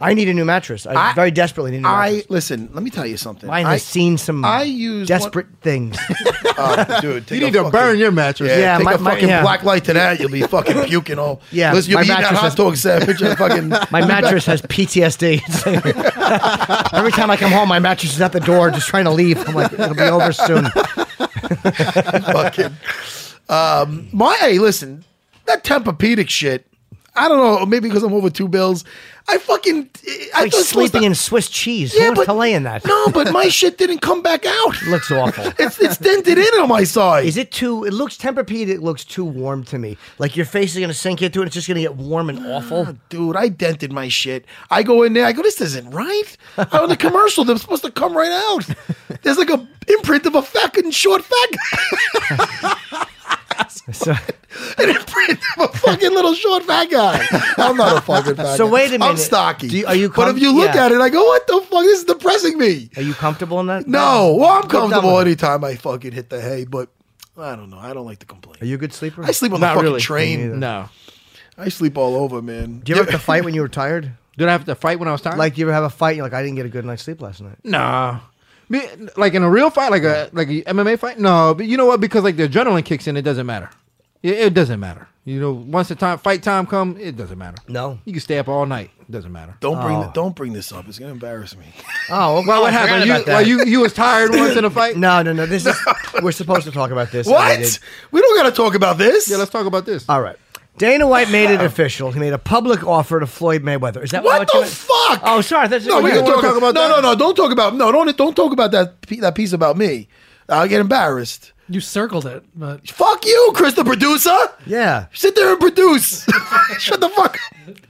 I need a new mattress. I, I- very desperately need a new I mattress. listen. Let me tell you something. Mine I, has seen some I use one- desperate things. Oh, dude, take You a need to fucking- burn your mattress. Yeah, Yeah, take my- a my- fucking yeah. black light to that. You'll be fucking puking all. Yeah, Listen, you'll my be eating out mattress hot is- dogs. Uh, picture the fucking. My mattress has PTSD. Every time I come home, my mattress is at the door just trying to leave. I'm like, it'll be over soon. fucking. Um, my hey, listen, that Tempur-Pedic shit. I don't know. Maybe because I'm over two bills. I fucking. I Like thought it was supposed sleeping to- in Swiss cheese. Who Yeah, wants but to lay in that? No, but my shit didn't come back out. looks awful. It's it's dented in on my side. Is it too? It looks Tempur-Pedic. It looks too warm to me. Like your face is gonna sink into it. It's just gonna get warm and awful. Ah, Dude, I dented my shit. I go in there. I go, this isn't right. I'm in the commercial. They're supposed to come right out. There's like a imprint of a fucking short fag. So, An imprint of a fucking little short fat guy. I'm not a fucking fat So guy. wait a I'm minute. stocky. Do you- are you but com- if you look yeah. at it, I go, what the fuck? This is depressing me. are you comfortable in that? No, well, I'm down comfortable with it. anytime I fucking hit the hay, but I don't know. I don't like to complain. Are you a good sleeper? I sleep on the Not fucking really. train. Me neither. No. I sleep all over, man. Do you ever have to fight when you were tired? Did I have to fight when I was tired? Like you ever have a fight? You're like, I didn't get a good night's sleep last night. Nah. Me, like in a real fight, like a like a MMA fight. No, but you know what? Because like the adrenaline kicks in, it doesn't matter. It, it doesn't matter. You know, once the time fight time come, it doesn't matter. No. you can stay up all night. It doesn't matter. don't bring th- don't bring this up. It's gonna embarrass me. Oh, Well, well, what happened? You, well, you you was tired once in a fight. No, no, no. This is we're supposed to talk about this. and we did. What? We don't gotta talk about this. Yeah, let's talk about this. All right. Dana White made it official. He made a public offer to Floyd Mayweather. Is that What you the fuck? Oh, sorry. That's no, we you can don't talk, wanna about no, no, no. Don't talk about no. Don't don't talk about that pe- that piece about me. I'll get embarrassed. You circled it, but Fuck you, Chris, the producer. Yeah. Sit there and produce. Shut the fuck.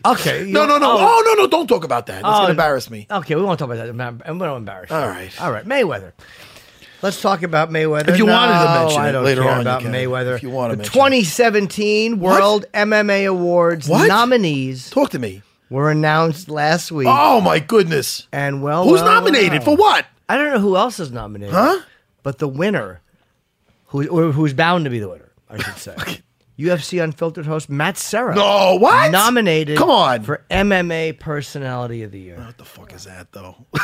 up. Okay. No, you- no, no. Oh. no, no. Don't talk about that. That's Oh. gonna embarrass me. Okay, we won't talk about that. I'm I'm not embarrassed. All right. All right. Mayweather. Let's talk about Mayweather. If you No, wanted to mention I it don't later care on, you about can, Mayweather. if you wanna the mention it. 2017 World MMA Awards What? nominees Talk to me. were announced last week. Oh my goodness. And well, Who's well, nominated well. for what? I don't know who else is nominated. Huh? But the winner, who or who's bound to be the winner, I should say. UFC Unfiltered host Matt Serra. No, what? Nominated. Come on. for MMA Personality of the Year. what the fuck is that though?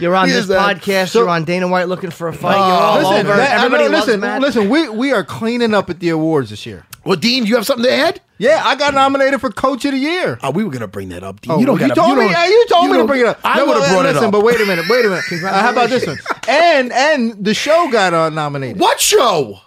You're on He this is that- podcast. So- you're on Dana White looking for a fight. You're all Listen, over. that- I Everybody know- loves listen, Matt. listen. We we are cleaning up at the awards this year. well, Dean, you have something to add? Yeah, I got nominated for Coach of the Year. Oh, we were gonna bring that up. Dean. Oh, you don't. You gotta- told me. don't- hey, you told me to don't- bring it up. I No, would have well, brought listen, it up. But wait a minute. Wait a minute. Uh, how about this one? And and the show got uh, nominated. What show?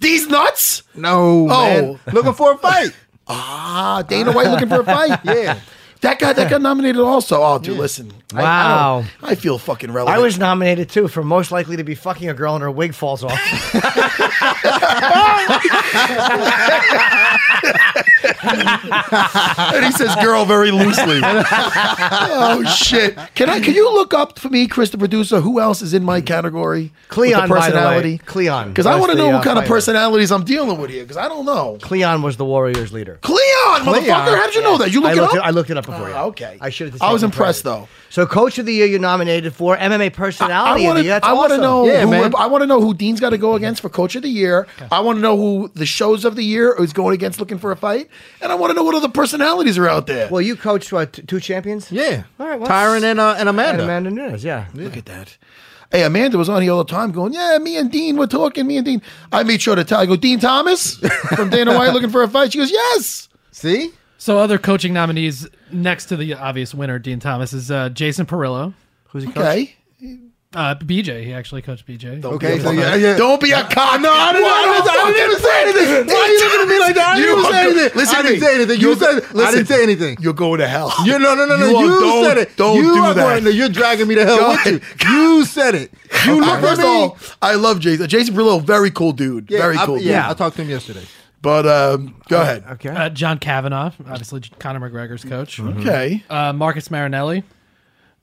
These nuts? No. Oh. man. looking for a fight. Ah, Dana White looking for a fight. Yeah. That guy that got nominated also. Oh, dude, listen. I- I, Wow. don't- I, feel fucking relevant. I was nominated too for most likely to be fucking a girl and her wig falls off. and he says girl very loosely. oh shit. Can I can you look up for me, Chris the producer, who else is in my category? Cleon, by the way. personality. Cleon Because I was want to the, know uh, what kind of fighter. personalities I'm dealing with here, because I don't know. Cleon was the Warriors leader. Cleon, motherfucker, how did you know that? You look I it looked up? It, I looked it up before. Ah, yeah. okay. I should. have I was taken impressed, credit. though. So, coach of the year, you're nominated for MMA personality I of the wanna- year. That's I wanna awesome. know. Yeah, who, man. I want to know who Dean's got to go against for Coach of the Year. I want to know who the shows of the year is going against, looking for a fight, and I want to know what other personalities are out there. Well, you coached what t- two champions? Yeah. All right. Well, Tyron and uh, and Amanda. and Amanda Nunes. Yeah. Look at that. Hey, Amanda was on here all the time going, Yeah, me and Dean were talking. Me and Dean. I made sure to tell. I go, Dean Thomas from Dana White looking for a fight. She goes, Yes. See. so other coaching nominees next to the obvious winner, Dean Thomas, is uh, Jason Perillo. Who's he coach? Okay. Uh, BJ, he actually coached BJ. Okay. So yeah, yeah. Don't be a cock. No, I I didn't- I didn't even say anything. Why are you looking at me like that? I didn't even say anything. Listen I to didn't me. say anything. You You're go- said- I listen, didn't say anything. You're going to hell. You no no no no. You You, are- don't- said it. don't you do are that. going to- you're dragging me to hell God. with you. You said it. You Okay. look at First me. of all, I love Jason. Jason Perillo, very cool dude. yeah, very I, cool. Yeah, I dude. talked to him yesterday. But um, go ahead. Okay. Uh, John Kavanaugh, obviously Conor McGregor's Mm-hmm. coach. Okay. Uh, Marcus Marinelli,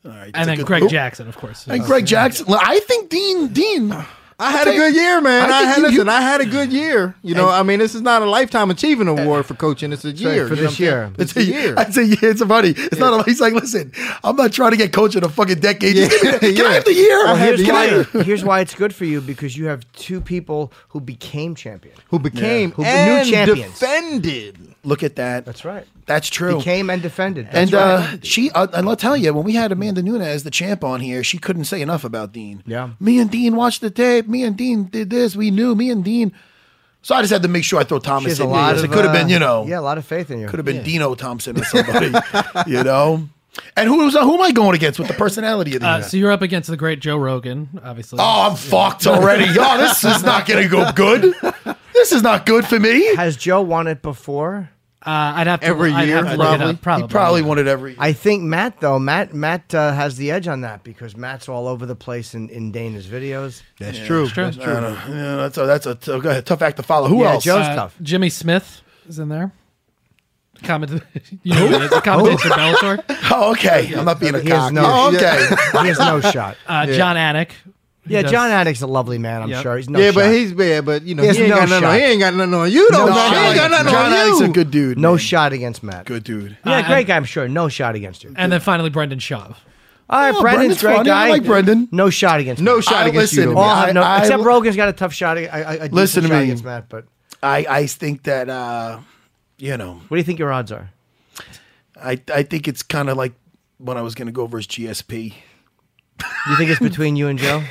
All right. That's and a then good- Greg Oh, Jackson, of course. And Greg Jackson. Well, I think Dean. Dean. I, I had I'll a tell good you- year, man. I, think had you- listen. you- I had a good year. You know, I mean, this is not a lifetime achievement award for coaching. It's a year for you know this what I'm year. saying? It's a year. It's a year. It's a buddy. It's not. A, he's like, listen, I'm not trying to get coached in a fucking decade. Just give me the, can I Yeah. have the year? I had Here's the Can I- why, year. here's why it's good for you because you have two people who became champion. Who became Who- new and champions. defended? Look at that. That's right. That's true. Became and defended. That's and right. uh, she, uh, and I'll tell you, when we had Amanda Nunes, the champ, on here, she couldn't say enough about Dean. Yeah. Me and Dean watched the tape. Me and Dean did this. We knew. Me and Dean. So I just had to make sure I throw She Thomas has a in lot there. 'cause of, It could have uh, been, you know, yeah, a lot of faith in you. could have been Dino Thompson or somebody, you know. And who's who am I going against with the personality of the Uh, so you're up against the great Joe Rogan, obviously. Uh, Oh, I'm fucked already. Y'all, this is not going to go good. This is not good for me. Has Joe won it before? Uh, I'd have to Every I'd year, have to look it up, probably. He probably wanted every. I think Matt though. Matt Matt uh, has the edge on that because Matt's all over the place in, in Dana's videos. That's true. That's I don't know. Yeah, that's a, that's a t- go ahead, tough act to follow. Who Yeah, else? Joe- Uh, Tough. Jimmy Smith is in there. Comment, you know, who it is, a commentator for Bellator. oh, okay. I'm not being a He has cock. no. oh, okay. he has no shot. Uh, John Anik. Yeah, does- John Addick's a lovely man. I'm Yep. sure he's no. yeah, shot. but he's bad. But you know, He he, has ain't no got nothing. On, shot. he ain't got nothing on you. Don't No, know. He John, ain't got nothing John on Addict's you. a good dude. no man. shot against Matt. Good dude. Yeah, Uh, great and- guy. I'm sure. No shot against him. And then finally Brendan Schaub. All right, Brendan's Oh, Brendan's great funny. I guy. like Brendan. No shot against. No Matt. shot I- against listen you. to me. though. All have no- I- I- except Rogan's got a tough shot. ag- A, a, a decent Listen to shot me. against Matt. But I, I think that, uh, you know, what do you think your odds are? I, I think it's kind of like when I was going to go versus GSP. You think it's between you and Joe?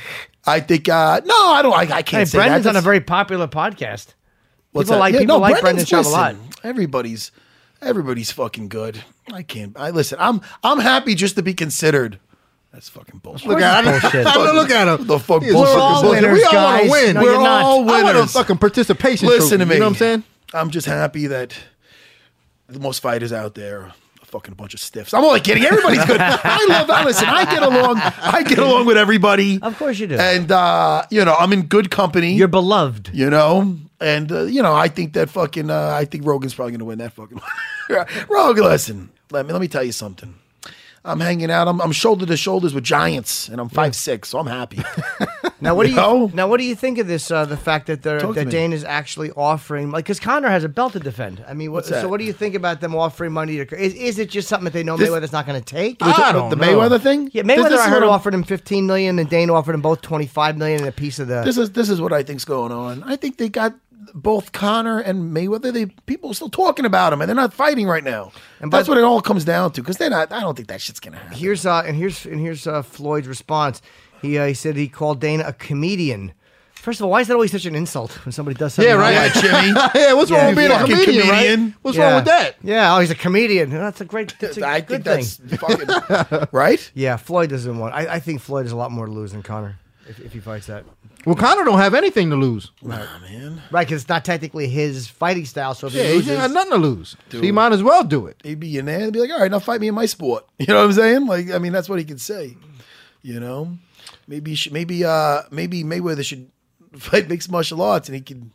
I think, uh, no, I don't. I, I can't hey, say that. Brendan's on a That's- very popular podcast. What's People that? like- Yeah, people like Brendan's- Brendan Schaub a listen, Everybody's everybody's fucking good. I can't. I listen. I'm I'm happy just to be considered. That's fucking bullshit. Look at him. bullshit. I know, Look at him. The fuck He's bullshit. fucking We're all bullshit. winners, We all want guys. to win. No, We're you're not. all I winners. want a fucking fucking participation. listen to me. You know what I'm saying? I'm just happy that the most fighters out there. are a Fucking bunch of stiffs. I'm only kidding. Everybody's good. I love. I listen. I get along. I get along with everybody. Of course you do. And uh, you know, I'm in good company. You're beloved. you know, and uh, you know, I think that fucking, uh, I think Rogan's probably gonna win that fucking. Rogan, listen, let me let me tell you something. I'm hanging out. I'm, I'm shoulder to shoulders with giants, and I'm five six, so I'm happy. Now what do you No. now what do you think of this? Uh, the fact that they're, Talk to that me. Dane is actually offering like because Connor has a belt to defend. I mean, what, so that? what do you think about them offering money to? Is, is it just something that they know This- Mayweather's not going to take? I don't the know. Mayweather thing. yeah, This- Mayweather this is I heard what I'm- offered him fifteen million, and Dane offered him both twenty five million and a piece of the. This is this is what I think's going on. I think they got both Connor and Mayweather. They people are still talking about them, and they're not fighting right now. And And by that's the- what it all comes down to. Because they're not. I don't think that shit's gonna happen. here's uh, and here's and here's uh, Floyd's response. He uh, he said he called Dane a comedian. First of all, why is that always such an insult when somebody does something? Yeah, like right. that? Yeah, Jimmy. yeah, what's Yeah, wrong with being a fucking comedian, right? comedian. What's Yeah. wrong with that? Yeah, oh, he's a comedian. That's a great. That's a I good think thing. that's fucking right. Yeah, Floyd doesn't want. I, I think Floyd has a lot more to lose than Connor if, if he fights that. Well, Connor don't have anything to lose. Right, because it's not technically his fighting style. So if Yeah, he he ain't loses, got nothing to lose. So he might as well do it. he'd be in there and be like, all right, now fight me in my sport. You know what I'm saying? Like, I mean, that's what he could say. You know, maybe he should, maybe uh maybe Mayweather should fight mixed martial arts and he could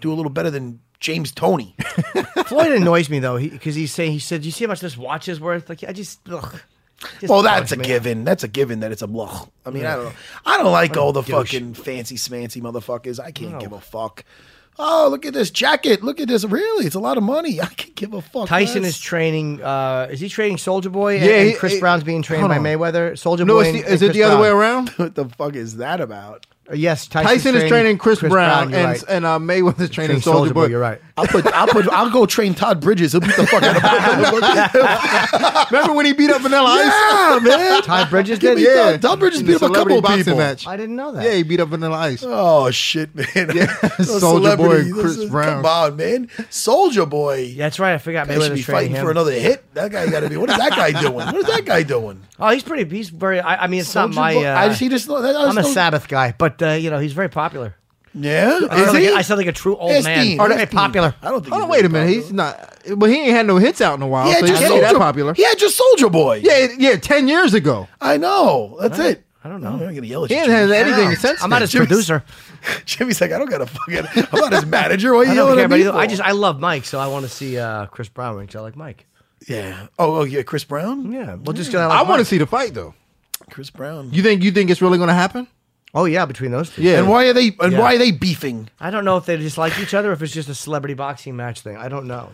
do a little better than James Tony. Floyd annoys me though because he's saying he said, "Do you see how much this watch is worth?" Like I just, ugh, Just well, that's a annoys me. given. That's a given that it's a blah. I mean, I don't know. I don't like all the douche. fucking fancy smancy motherfuckers. I can't give a fuck. Oh, look at this jacket. Look at this. Really, it's a lot of money. I can't give a fuck. Tyson less. is training. Uh, is he training Soldier Boy? And, Yeah, and he- Chris he- Brown's being trained hold by on. Mayweather. Soldier No, Boy. it's and- the, and is it Chris the other way Brown. around? What the fuck is that about? Uh, Yes, Tyson's Tyson is training Chris, Brown, you're and right. and uh, Mayweather's training training Soldier Boy. You're right. I'll put. I'll put. I'll go train Todd Bridges. He'll beat the fuck out of him. Remember when he beat up Vanilla Ice? yeah, man. Ty Bridges did. me that. Todd Bridges In beat the up a celebrity couple boxing people. Match. I didn't know that. Yeah, he beat up Vanilla Ice. Oh shit, man! Yeah, Those Soulja Boy and celebrities, Chris this is- Brown. Come on, man, Soldier Boy. Yeah, that's right. I forgot They should Mayweather's be training fighting him. for another hit. That guy got to be. What is that guy doing? What is that guy doing? oh, he's pretty. He's very. I, I mean, it's not Soulja my. Boy- Uh, I just, he just. I just I'm a don't- Sabbath guy, but uh, you know he's very popular. Yeah, I sound, is he? like, I sound like a true old Yes, man. Dean. Or Yes, very Dean. popular. I don't think. Hold he's on, wait a really minute. popular. He's not. Well, he ain't had no hits out in a while, He so had he just can't be that Soulja- popular. He had just Soldier Boy. Yeah, yeah, ten years ago. I know. That's it. I don't know. I'm not gonna yell at He you. ain't had Jimmy. anything since. I'm not then. his producer. Jimmy's like, I don't got a fucking. I'm not his manager. Why you I don't yelling care at about me? either. for? I just I love Mike, so I want to see uh, Chris Brown because I like Mike. Yeah. Oh, oh yeah. Chris Brown. Yeah, well, just because I, I like want to Mike. see the fight though. Chris Brown. You think you think it's really going to happen? Oh yeah, between those two. Yeah. And why are they? And Yeah. why are they beefing? I don't know if they just like each other, or if it's just a celebrity boxing match thing. I don't know.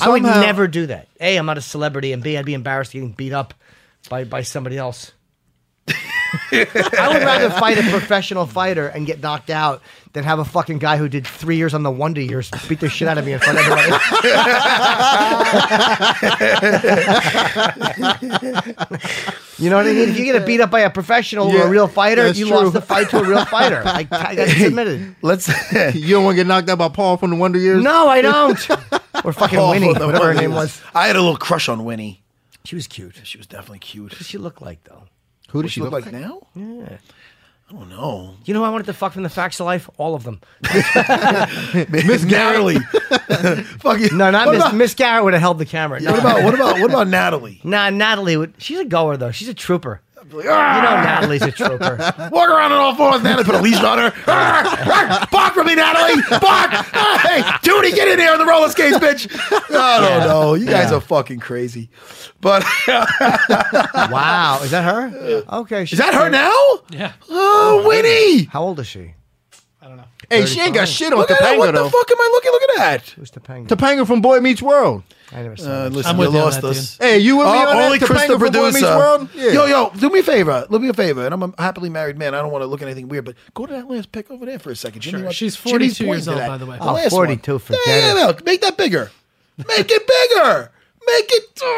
I would Somehow- never do that. A, I'm not a celebrity, and B, I'd be embarrassed getting beat up by by somebody else. I would rather fight a professional fighter and get knocked out than have a fucking guy who did three years on the Wonder Years beat the shit out of me in front of everybody. you know what I mean? If you get beat up by a professional or Yeah, a real fighter, that's you true. lost the fight to a real fighter. I, I that's admitted. Let's. You don't want to get knocked out by Paul from the Wonder Years. No, I don't. Or fucking Oh, Winnie, the whatever her Wonder name Years. was. I had a little crush on Winnie. She was cute. What She was definitely cute. does she look like though? Who What does she look like? now? Yeah. I don't know. You know who I wanted to fuck from the facts of life? All of them. Miss Natalie. Fucking. No, not what Miss, About, Miss Garrett would have held the camera. No. what about what about what about Natalie? Nah, Natalie would. She's a goer though. She's a trooper. Like, You "Ah, know, Natalie's a trooper. Walk around on all fours, Natalie. Put a leash on her. Ah, ah, Bark for me, Natalie. Bark. Ah, Hey, Judy, get in here on the roller skates, bitch. I don't know. You guys are fucking crazy. But wow, is that her? Okay, is that her now? Yeah. Oh, Winnie. How old is she? Hey, she ain't got shit on Look at that. Topanga What though. the fuck am I looking? Look at that. Who's Topanga? Topanga from Boy Meets World. I never saw. Uh, that. listen, I'm you with you on lost that, us. Hey, you with me Oh, on only that? Topanga Krista from Boy Meets producer. World. Yeah. Yo, yo, do me a favor. Do me a favor. And I'm a happily married man. I don't want to look at anything weird, but go to that last pic over there for a second. Jimmy, Sure. wants- She's Jimmy's 42 pointing years to old, that. by the way. Oh, last one. 42, forget yeah, it. yeah, look, make that bigger. Make it bigger. Make it. uh,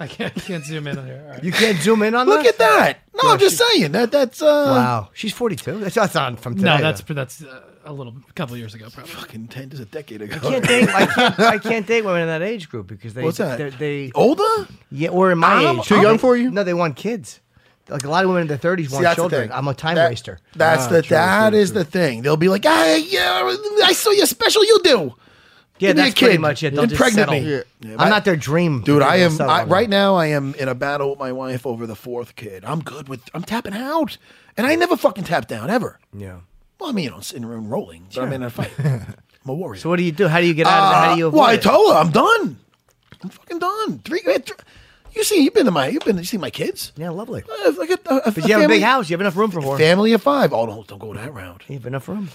I can't, I can't zoom in on here. All right. you can't zoom in on look that. at that. No, I'm just saying that. That's uh, Wow, she's forty-two. That's, that's not from today. No, that's though. that's uh, a little a couple years ago probably. fucking ten, just a decade ago. I can't date. I can't. I can't date women in that age group because they. What's they're- that? They. older? Yeah, or in my I'm- age. Too they- young for you? No, they want kids. Like a lot of women in their thirties See, want that's the children. thing. I'm a time That- waster. Ah, That's the that is the thing. They'll be like, I yeah, I saw your special. You do. Yeah, Give me a that's pretty kid. much it. They'll just Impregnate settle. me. Yeah. Yeah, I'm but- not their dream, Dude, I They'll am settle I, on right me. now. I am in a battle with my wife over the fourth kid. I'm good with. I'm tapping out, and I never fucking tap down ever. Yeah. Well, I mean, you know, sitting around rolling, but I'm in a fight. I'm a warrior. So what do you do? How do you get out of it? How do you? Uh, Avoid well, I it? told her I'm done. I'm fucking done. Three. I had thr- You see, you've been to my. You've been. You see my kids. Yeah, lovely. I have, like a, a, a But you have a family, big house. You have enough room for whore. Family of five. Oh, don't don't go that round. You have enough room.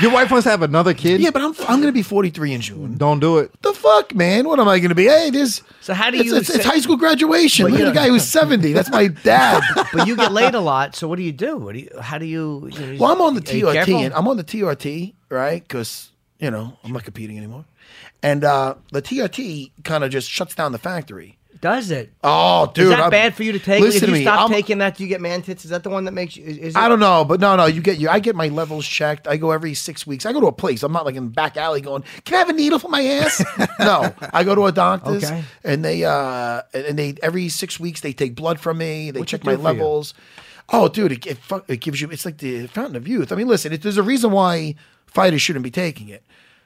Your wife wants to have another kid. Yeah, but I'm I'm gonna be 43 in June. Don't do it. The fuck, man? What am I gonna be? Hey, this. So how do it's, you It's, it's say- high school graduation. Look you at the don't- guy who's 70. That's my dad. But you get laid a lot. So what do you do? What do you? How do you? you know, Well, I'm on the are you TRT, careful? and I'm on the TRT, right? Because you know I'm not competing anymore, and uh, the TRT kind of just shuts down the factory. Does it? Oh, dude, is that I'm- bad for you to take? Listen if to you me, stop I'm- taking that, do you get man tits? Is that the one that makes you? Is, is it? I don't know, but no, no, you get your. I get my levels checked. I go every six weeks. I go to a place. I'm not like in the back alley going, "Can I have a needle for my ass?" no, I go to a doctor's, Okay. and they uh, and and they every six weeks they take blood from me. They What's check it my do for you? levels. Oh, dude, it, it fu- it gives you. It's like the fountain of youth. I mean, listen, it, there's a reason why fighters shouldn't be taking it.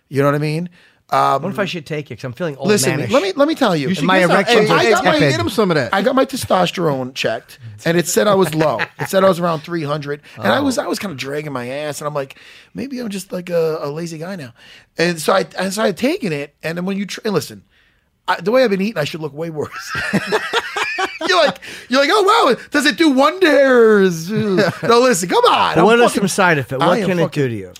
You know what I mean? I wonder if I should take it because I'm feeling old. Listen, manish. let me let me tell you. You should my get some- erections Hey, are I got my, tepid. get him some of that. I got my testosterone checked, and it said I was low. It said I was around 300, and I Oh. was I was kind of dragging my ass, and I'm like, maybe I'm just like a, a lazy guy now. And so I and so I had taken it, and then when you tr- and listen, I, the way I've been eating, I should look way worse. you're like you're like, oh wow, does it do wonders? no, listen, come on. I'm What are fucking- some side effects? I What am can it fucking- do to you?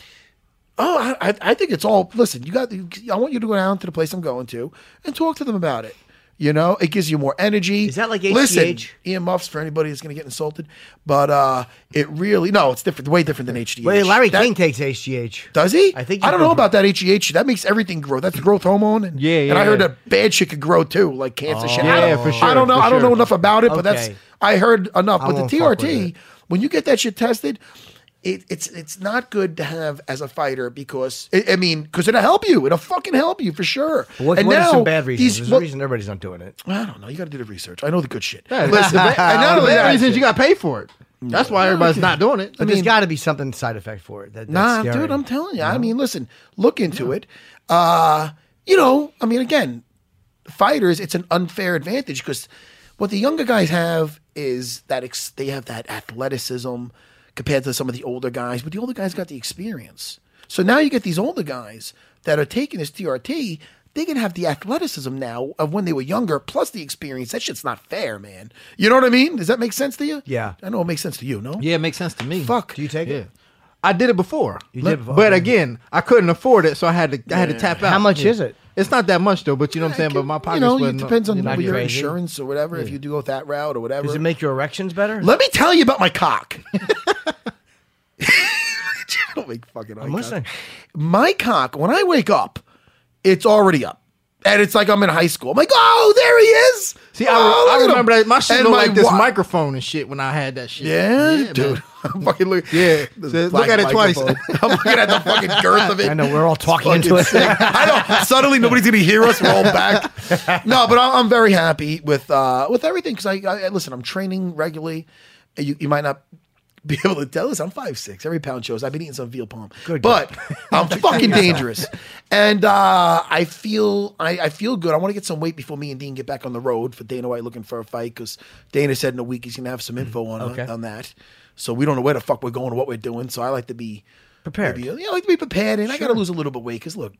Oh, I, I- I think it's all. Listen, you got. I want you to go down to the place I'm going to and talk to them about it. You know, it gives you more energy. Is that like Listen, HGH? Ian Muffs for anybody that's going to get insulted, but uh, it really no, it's different, way different than HGH. Wait, Larry That- King takes HGH. does he? I think I he don't did. know about that HGH. That makes everything grow. That's growth hormone. And, Yeah, And I yeah. heard that bad shit could grow too, like cancer shit. Oh. I Yeah, don't- for sure, I don't know. for I don't sure. know enough about it, but that's Okay. I heard enough. I but the won't fuck with TRT, it. when you get that shit tested, it, it's it's not good to have as a fighter because I I mean because it'll help you. It'll fucking help you for sure. What, and what now are some bad reasons? these- There's well, a reason everybody's not doing it. I don't know. You got to do the research. I know the good shit. Yeah, Listen, listen, that, and not no, only that- that, reasons you got to pay for it. That's why everybody's not doing it. But there's got to be something side effect for it. That, that's Nah, scary. dude, I'm telling you. I mean, listen, look into it. Uh, you know, I mean, again, fighters, it's an unfair advantage because what the younger guys have is that ex- they have that athleticism compared to some of the older guys, but the older guys got the experience. So now you get these older guys that are taking this TRT they can have the athleticism now of when they were younger, plus the experience. That shit's not fair, man. You know what I mean? Does that make sense to you? Yeah. I know it makes sense to you. No. Yeah, it makes sense to me. Fuck. Do you take it? I did it before. You did before, But okay. again, I couldn't afford it, so I had to I had to tap out. How much is it? It's not that much though, but you know what I'm saying. But my You pockets. know, it wasn't- depends on you know, your crazy. insurance or whatever. If you do go that route or whatever. Does it make your erections better? Let me tell you about my cock. don't make fucking. eye I'm listening. contact. My cock. When I wake up, it's already up. And it's like I'm in high school. I'm like, oh, there he is. See, Oh, I, look I at remember him. that my shit And looked like this wa- microphone and shit when I had that shit. Yeah, man. dude. I'm fucking look. Yeah. This Look black at it twice. microphone. I'm looking at the fucking girth of it. I know we're all talking Fucking into it. sick. I know. Suddenly, nobody's gonna hear us. We're all back. No, but I'm, I'm very happy with uh, with everything because I, I I- listen. I'm training regularly. You, you might not be able to tell this. I'm five six. Every pound shows. I've been eating some veal palm, but I'm fucking dangerous. And uh, I feel I, I feel good. I want to get some weight before me and Dean get back on the road for Dana White looking for a fight because Dana said in a week he's gonna have some info on Mm-hmm. uh, Okay. on that. So we don't know where the fuck we're going or what we're doing. So I like to be Prepared. maybe- yeah, I like to be prepared, and I got to lose a little bit of weight because look,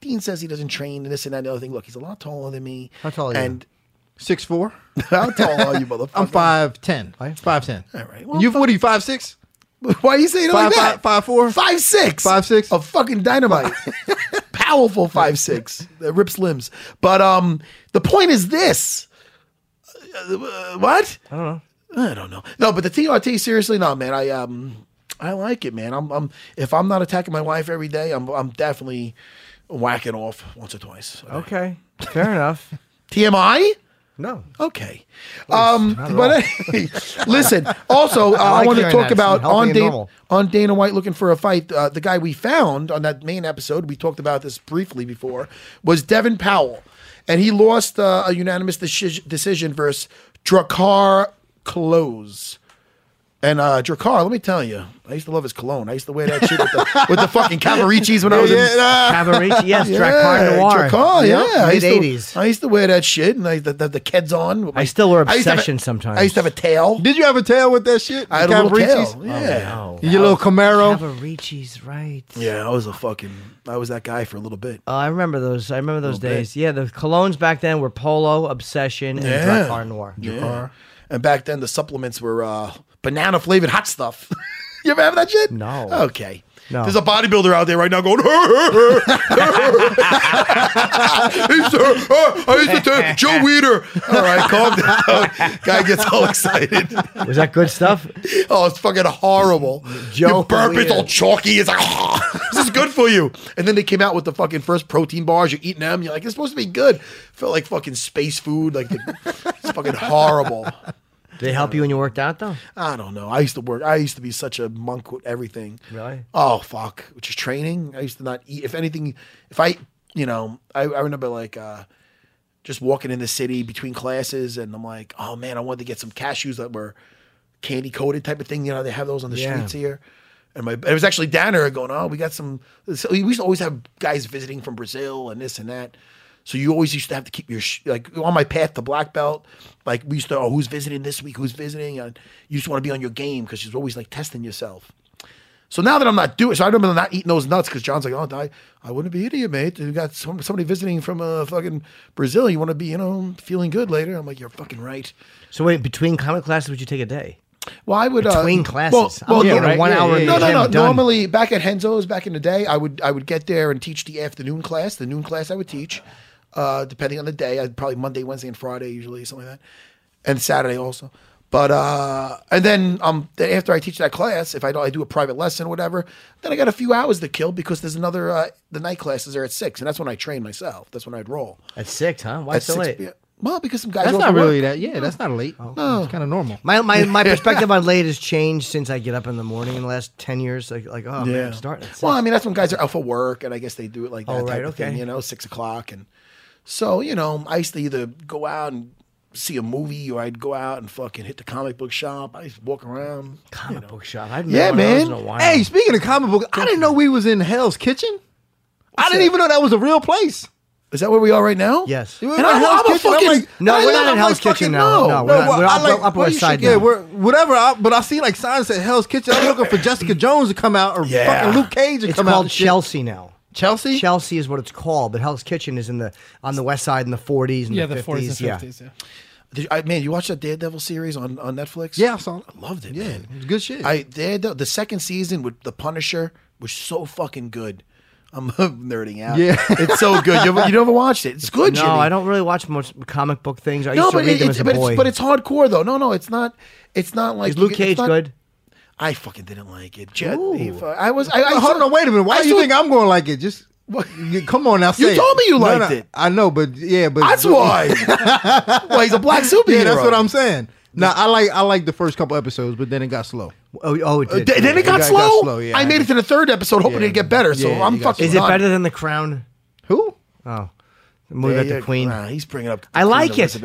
Dean says he doesn't train and this and that and the other thing. Look, he's a lot taller than me. How tall are you? And Six four. how tall are you, motherfucker? I'm five ten. Five ten. All right, well, you what are you five six? Why are you saying it Five- like that? five- five four? Five six. Five six? A fucking dynamite. Powerful five six that rips limbs. But um, the point is this. Uh, what? I don't know. I don't know. No, but the TRT seriously, no, man. I um, I like it, man. I'm, I'm if I'm not attacking my wife every day, I'm I'm definitely whacking off once or twice. Okay, fair enough. TMI. No, Okay. Um, but listen, also, uh, I, like want to hearing talk that. It's about healthy on and Dana, normal. on Dana White looking for a fight. Uh, the guy we found on that main episode, we talked about this briefly before, was Devin Powell. And he lost uh, a unanimous deci- decision versus Dracar Close. And uh, Dracar, let me tell you, I used to love his cologne. I used to wear that shit with the, with the fucking Cavaricis when I was in Cavaricci, yes, Drakkar Noir. Drakkar, Yep, yeah. I used to- mid-eighties. I used to wear that shit and I used to have the kids on. with I my- still wear used to have a- Obsession sometimes. I used to have a tail. Did you have a tail with that shit? I had a The little Cavariccis? tail. Oh, Yeah. Your little Camaro. Cavaricci's right. Yeah, I was a fucking, I was that guy for a little bit. Oh, I remember those. I remember those Little bit. days. Yeah, the colognes back then were Polo, Obsession, and Yeah. Drakkar Noir. Yeah. And back then the supplements were uh, banana flavored hot stuff. you ever have that shit? No. Okay. No. There's a bodybuilder out there right now going. He said, "Oh, I used to tell Joe Weeder. All right, calm down. Guy gets all excited. Was that good stuff? Oh, it's fucking horrible. Joe Your burp is Weir. all chalky. It's like, this is good for you. And then they came out with the fucking first protein bars. You're eating them. You're like, it's supposed to be good. Felt like fucking space food. Like, the, it's fucking horrible. Did they help you when you worked out though? I don't know. I used to work. I used to be such a monk with everything. Really? Oh fuck! Which is training. I used to not eat. If anything, if I, you know, I, I remember like uh, just walking in the city between classes, and I'm like, oh man, I wanted to get some cashews that were candy coated type of thing. You know, they have those on the Yeah. streets here. And my, it was actually down there going, oh, we got some. So we used to always have guys visiting from Brazil and this and that. So you always used to have to keep your sh- like on my path to black belt. Like we used to, oh, who's visiting this week? Who's visiting? And you just want to be on your game because you're always like testing yourself. So now that I'm not doing, so I remember not eating those nuts because John's like, oh, I, I wouldn't be an idiot, mate. You got some, somebody visiting from uh, fucking Brazil. You want to be, you know, feeling good later. I'm like, you're fucking right. So wait, between comic classes, would you take a day? Well, I would Between uh, classes. Well, I'm well, looking no, at a one hour in no, the no, gym, no. done. Normally, back at Henzo's, back in the day, I would I would get there and teach the afternoon class. The noon class I would teach, uh, depending on the day. I'd probably Monday, Wednesday, and Friday usually something like that, and Saturday also. But uh, and then um, then after I teach that class, if I don't, I do a private lesson or whatever. Then I got a few hours to kill because there's another uh, the night classes are at six, and that's when I train myself. That's when I'd roll At six, huh? Why at so six. late? p- Well, because some guys That's are not Oh. off work. really that. Yeah, that's not late. It's kind of normal. My, my, my perspective on late has changed since I get up in the morning in the last 10 years. Like, like oh, man, I'm starting at Well, I six. mean, that's when guys are out for work, and I guess they do it like that Oh, type right, of thing, okay. you know, six o'clock. And so, you know, I used to either go out and see a movie, or I'd go out and fucking hit the comic book shop. I used to walk around. Comic book shop. I haven't Yeah, been to one of those man. in a while. Hey, speaking of comic book, I didn't know we was in Hell's Kitchen. I didn't even know that was a real place. Is that where we are right now? Yes. You And were I'm, at I'm Hell's a Kitchen, I'm fucking. like- No, I we're didn't not know- in I'm Hell's like, Kitchen fucking now. No, we're not- we're I Upper- Upper why West you Side should- Yeah, now. we're whatever. I, but I see like signs at Hell's Kitchen. I'm looking for Jessica Jones to come out or Yeah. fucking Luke Cage to it's come out. called and shit. Chelsea now. Chelsea? Chelsea is what it's called, but Hell's Kitchen is in the on the west side in the 40s and Yeah, the, the 50s. forties and fifties. Yeah. Did you- I, man, you watched that Daredevil series on, on Netflix? Yeah, I saw it. I loved it. Yeah, man. it was good shit. I Daredevil, the second season with the Punisher was so fucking good. I'm nerding out. Yeah. it's so good. You, you never watched it? It's good. No, Jimmy. I don't really watch much comic book things. I No, used to but, read it, them it's, as a but, boy. it's, but it's hardcore though. No, no, it's not. It's not like is Luke it's Cage not- good? I fucking didn't like it. Jet, if, uh, I was. I, I Hold saw- on, wait a minute. Why I do you saw- think I'm going to like it? Just you- come on now. Say it. told me you No, liked no, it. I know, but yeah, but That's why. well, he's a black superhero. Yeah, that's what I'm saying. Now I like I like the first couple episodes, but then it got slow. oh, oh, it Uh, did. th- then it got, got- slow. got slow, yeah. I made it to the third episode hoping Yeah. it'd get better. So Yeah, I'm it got fucking. is it done. better than The Crown? Who? Oh, the movie about Yeah, the Queen. nah, he's bringing up. I like it.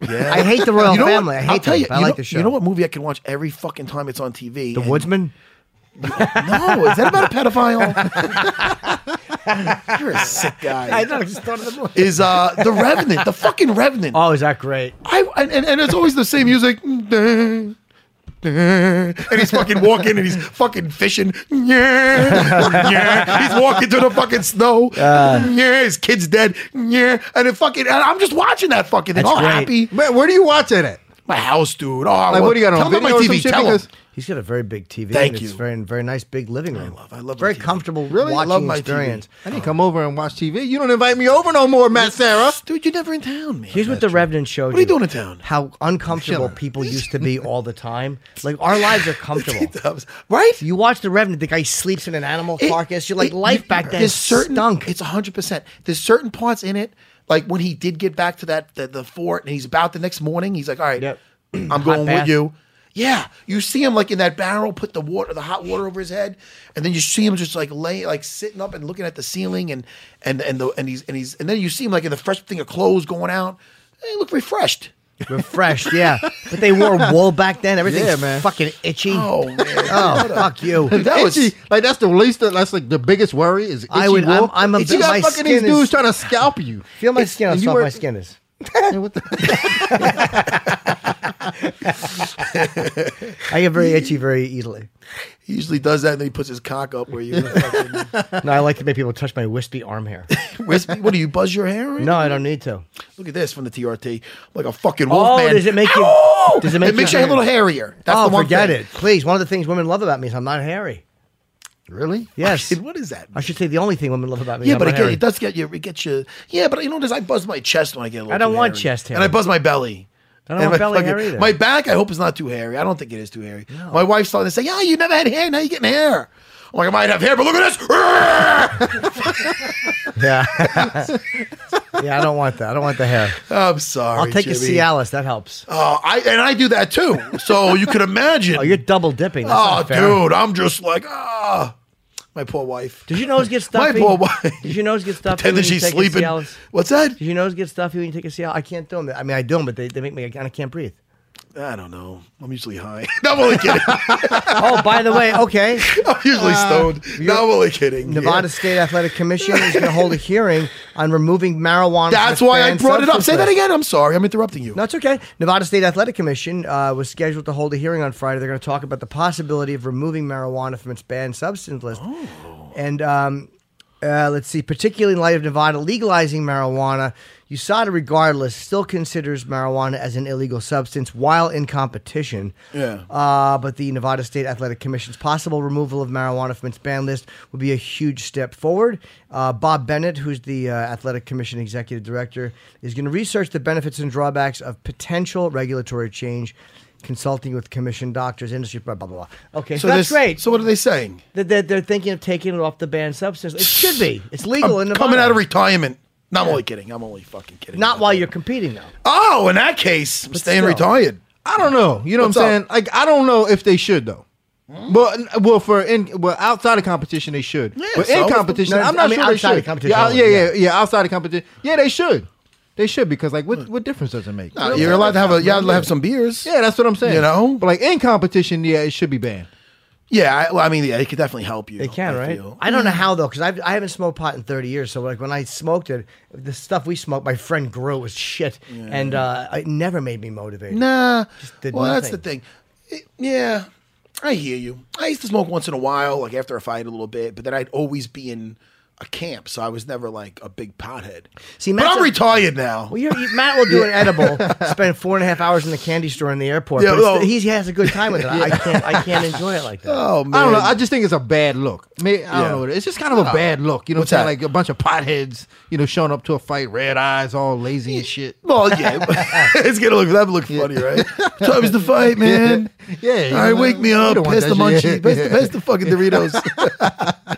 Yeah. I hate the royal You know what? family. I hate I'll tell them, you. but I you like know, the show. You know what movie I can watch every fucking time it's on TV? The Woodsman. No, is that about a pedophile? You're a sick guy. know. I just thought of the movie. Is uh the Revenant, the fucking Revenant. Oh, is that great? I and, and, and it's always the same music. And he's fucking walking and he's fucking fishing. Yeah, yeah. He's walking through the fucking snow. Uh. yeah, his kid's dead. Yeah, and it fucking. And I'm just watching that fucking thing. That's All great. happy. Man, where do you watch it at? My house, dude. Oh, like, Like, what do you got tell on them video my or some TV. shit? Tell them. Because He's got a very big TV. Thank and It's you. very, very nice big living room. love- I love my Very TV. comfortable Really? I watching love my TV. experience. I didn't come over and watch TV. You don't invite me over no more, Matt Sarah. Dude, you're never in town, man. Here's what the Revenant showed What are you doing in town? How uncomfortable Chilling. people used to be all the time. Like our lives are comfortable. right? You watch the Revenant. The guy sleeps in an animal It- carcass. You're like it- life back then. There's certain stunk. It's hundred percent. There's certain parts in it, like when he did get back to that the, the fort, and he's about the next morning. He's like, "All right, Yep. I'm going bath. with you." Yeah, you see him like in that barrel, put the water, the hot water over his head, and then you see him just like laying, like sitting up and looking at the ceiling, and and and the and he's and he's and then you see him like in the fresh thing of clothes going out. Hey, look refreshed. refreshed. Yeah, but they wore wool back then. Everything's Yeah, man. fucking itchy. Oh man, Oh, fuck you. that was Itchy. like that's the least. That's like the biggest worry is itchy I would- I'm- wool. I'm a- you my got fucking these skin is- dudes trying to scalp you. Feel my It's- skin. How and you soft were- my skin is. Man, what the- I get very itchy very easily. he usually does that, and then he puts his cock up where you. fucking- No, I like to make people touch my wispy arm hair. Wispy. What do you buzz your hair? or No, I don't need to. Look at this from the TRT. like a fucking wolf Oh, man. does it make you- Ow! does it make it makes you your hair a hairy? little hairier. That's oh, the one forget thing. it, please. One of the things women love about me is I'm not hairy. really? Yes, Shit, what is that? I should say the only thing women love about me. is yeah, I'm but not again, hairy. it does get you. It gets you. Yeah, but you know, does I buzz my chest when I get a little. I don't too want hairy. chest hair. And I buzz my belly. I don't And want my belly hair either. My back, I hope is not too hairy. I don't think it is too hairy. My wife's starting to say, "Yeah, you never had hair. Now you're getting hair." I'm like, I might have hair, but look at this. Yeah, yeah, I don't want that. I don't want the hair. I'm sorry. I'll take a Jimmy. Cialis. That helps. Oh, Oh, I and I do that too. So you could imagine. you're double dipping. That's Oh, not fair. dude, I'm just like ah, my poor wife. Did your nose get My stuffy? poor wife. Did your nose get stuffy? Pretend when that you she's take a sleeping. Cialis? What's that? Did your nose get stuffy when you take a Cialis? I can't do them. I mean, I do them, but they, they make me. I can't breathe. I don't know. I'm usually high. no, I'm only kidding. Oh, by the way, okay. I'm usually stoned. No, I'm only kidding. Uh, Nevada Yeah. State Athletic Commission is going to hold a hearing on removing marijuana. from That's the why I banned brought it up. Say substance that list. again. I'm sorry. I'm interrupting you. No, it's okay. Nevada State Athletic Commission uh, was scheduled to hold a hearing on Friday. They're going to talk about the possibility of removing marijuana from its banned substance list. Oh. And um, uh, let's see, particularly in light of Nevada legalizing marijuana, USADA, regardless, still considers marijuana as an illegal substance while in competition. Yeah. Uh, but the Nevada State Athletic Commission's possible removal of marijuana from its ban list would be a huge step forward. Uh, Bob Bennett, who's the uh, Athletic Commission Executive Director, is going to research the benefits and drawbacks of potential regulatory change, consulting with commission doctors, industry, blah, blah, blah. Okay, so, that's this- great. So what are they saying? that they're, they're thinking of taking it off the banned substance. It should be. It's legal in I'm Nevada. coming out of retirement. No, I'm only kidding. I'm only fucking kidding. Not while you're competing, though. Oh, in that case, I'm staying still. retired. I don't know. You know What's what up? Hmm? I'm saying? Like I don't know if they should though. But well, for in well outside of competition they should. Yeah, but so- in competition, No, I'm I not mean, sure they outside of should. competition, yeah, yeah, yeah. yeah, yeah, outside of competition, yeah, they should. They should because like what what difference does it make? No, you're allowed to have a. You have to have some beers. Yeah, that's what I'm saying. You know? but like in competition, yeah, it should be banned. Yeah. I, well, I mean, yeah, it could definitely help you. They can, I right? feel. Mm. I don't know how though, because I I haven't smoked pot in thirty years. So like when I smoked it, the stuff we smoked, my friend grew was shit, and uh, it never made me motivated. Nah. did well, that's the nothing. thing. It- yeah, I hear you. I used to smoke once in a while, like after a fight a little bit, but then I'd always be in a camp, so I was never like a big pothead. See, but Matt's I'm a- retired now. Well, you, you- Matt will do an edible, spend four and a half hours in the candy store in the airport. Yeah, but it's- well- he has a good time with it. I can't, I can't enjoy it like that. Oh man, I don't know. I just think it's a bad look. May, Yeah. I don't know. what it is. It's just kind of a bad look. You know what What's I'm saying? that? Like a bunch of potheads, you know, showing up to a fight, red eyes, all lazy and shit. well, yeah, it's gonna look that look funny, right? So it was the fight, man. Yeah, you All right, know, wake me you up. don't want Pass the that munchies. shit. Pass, the, pass the fucking Doritos.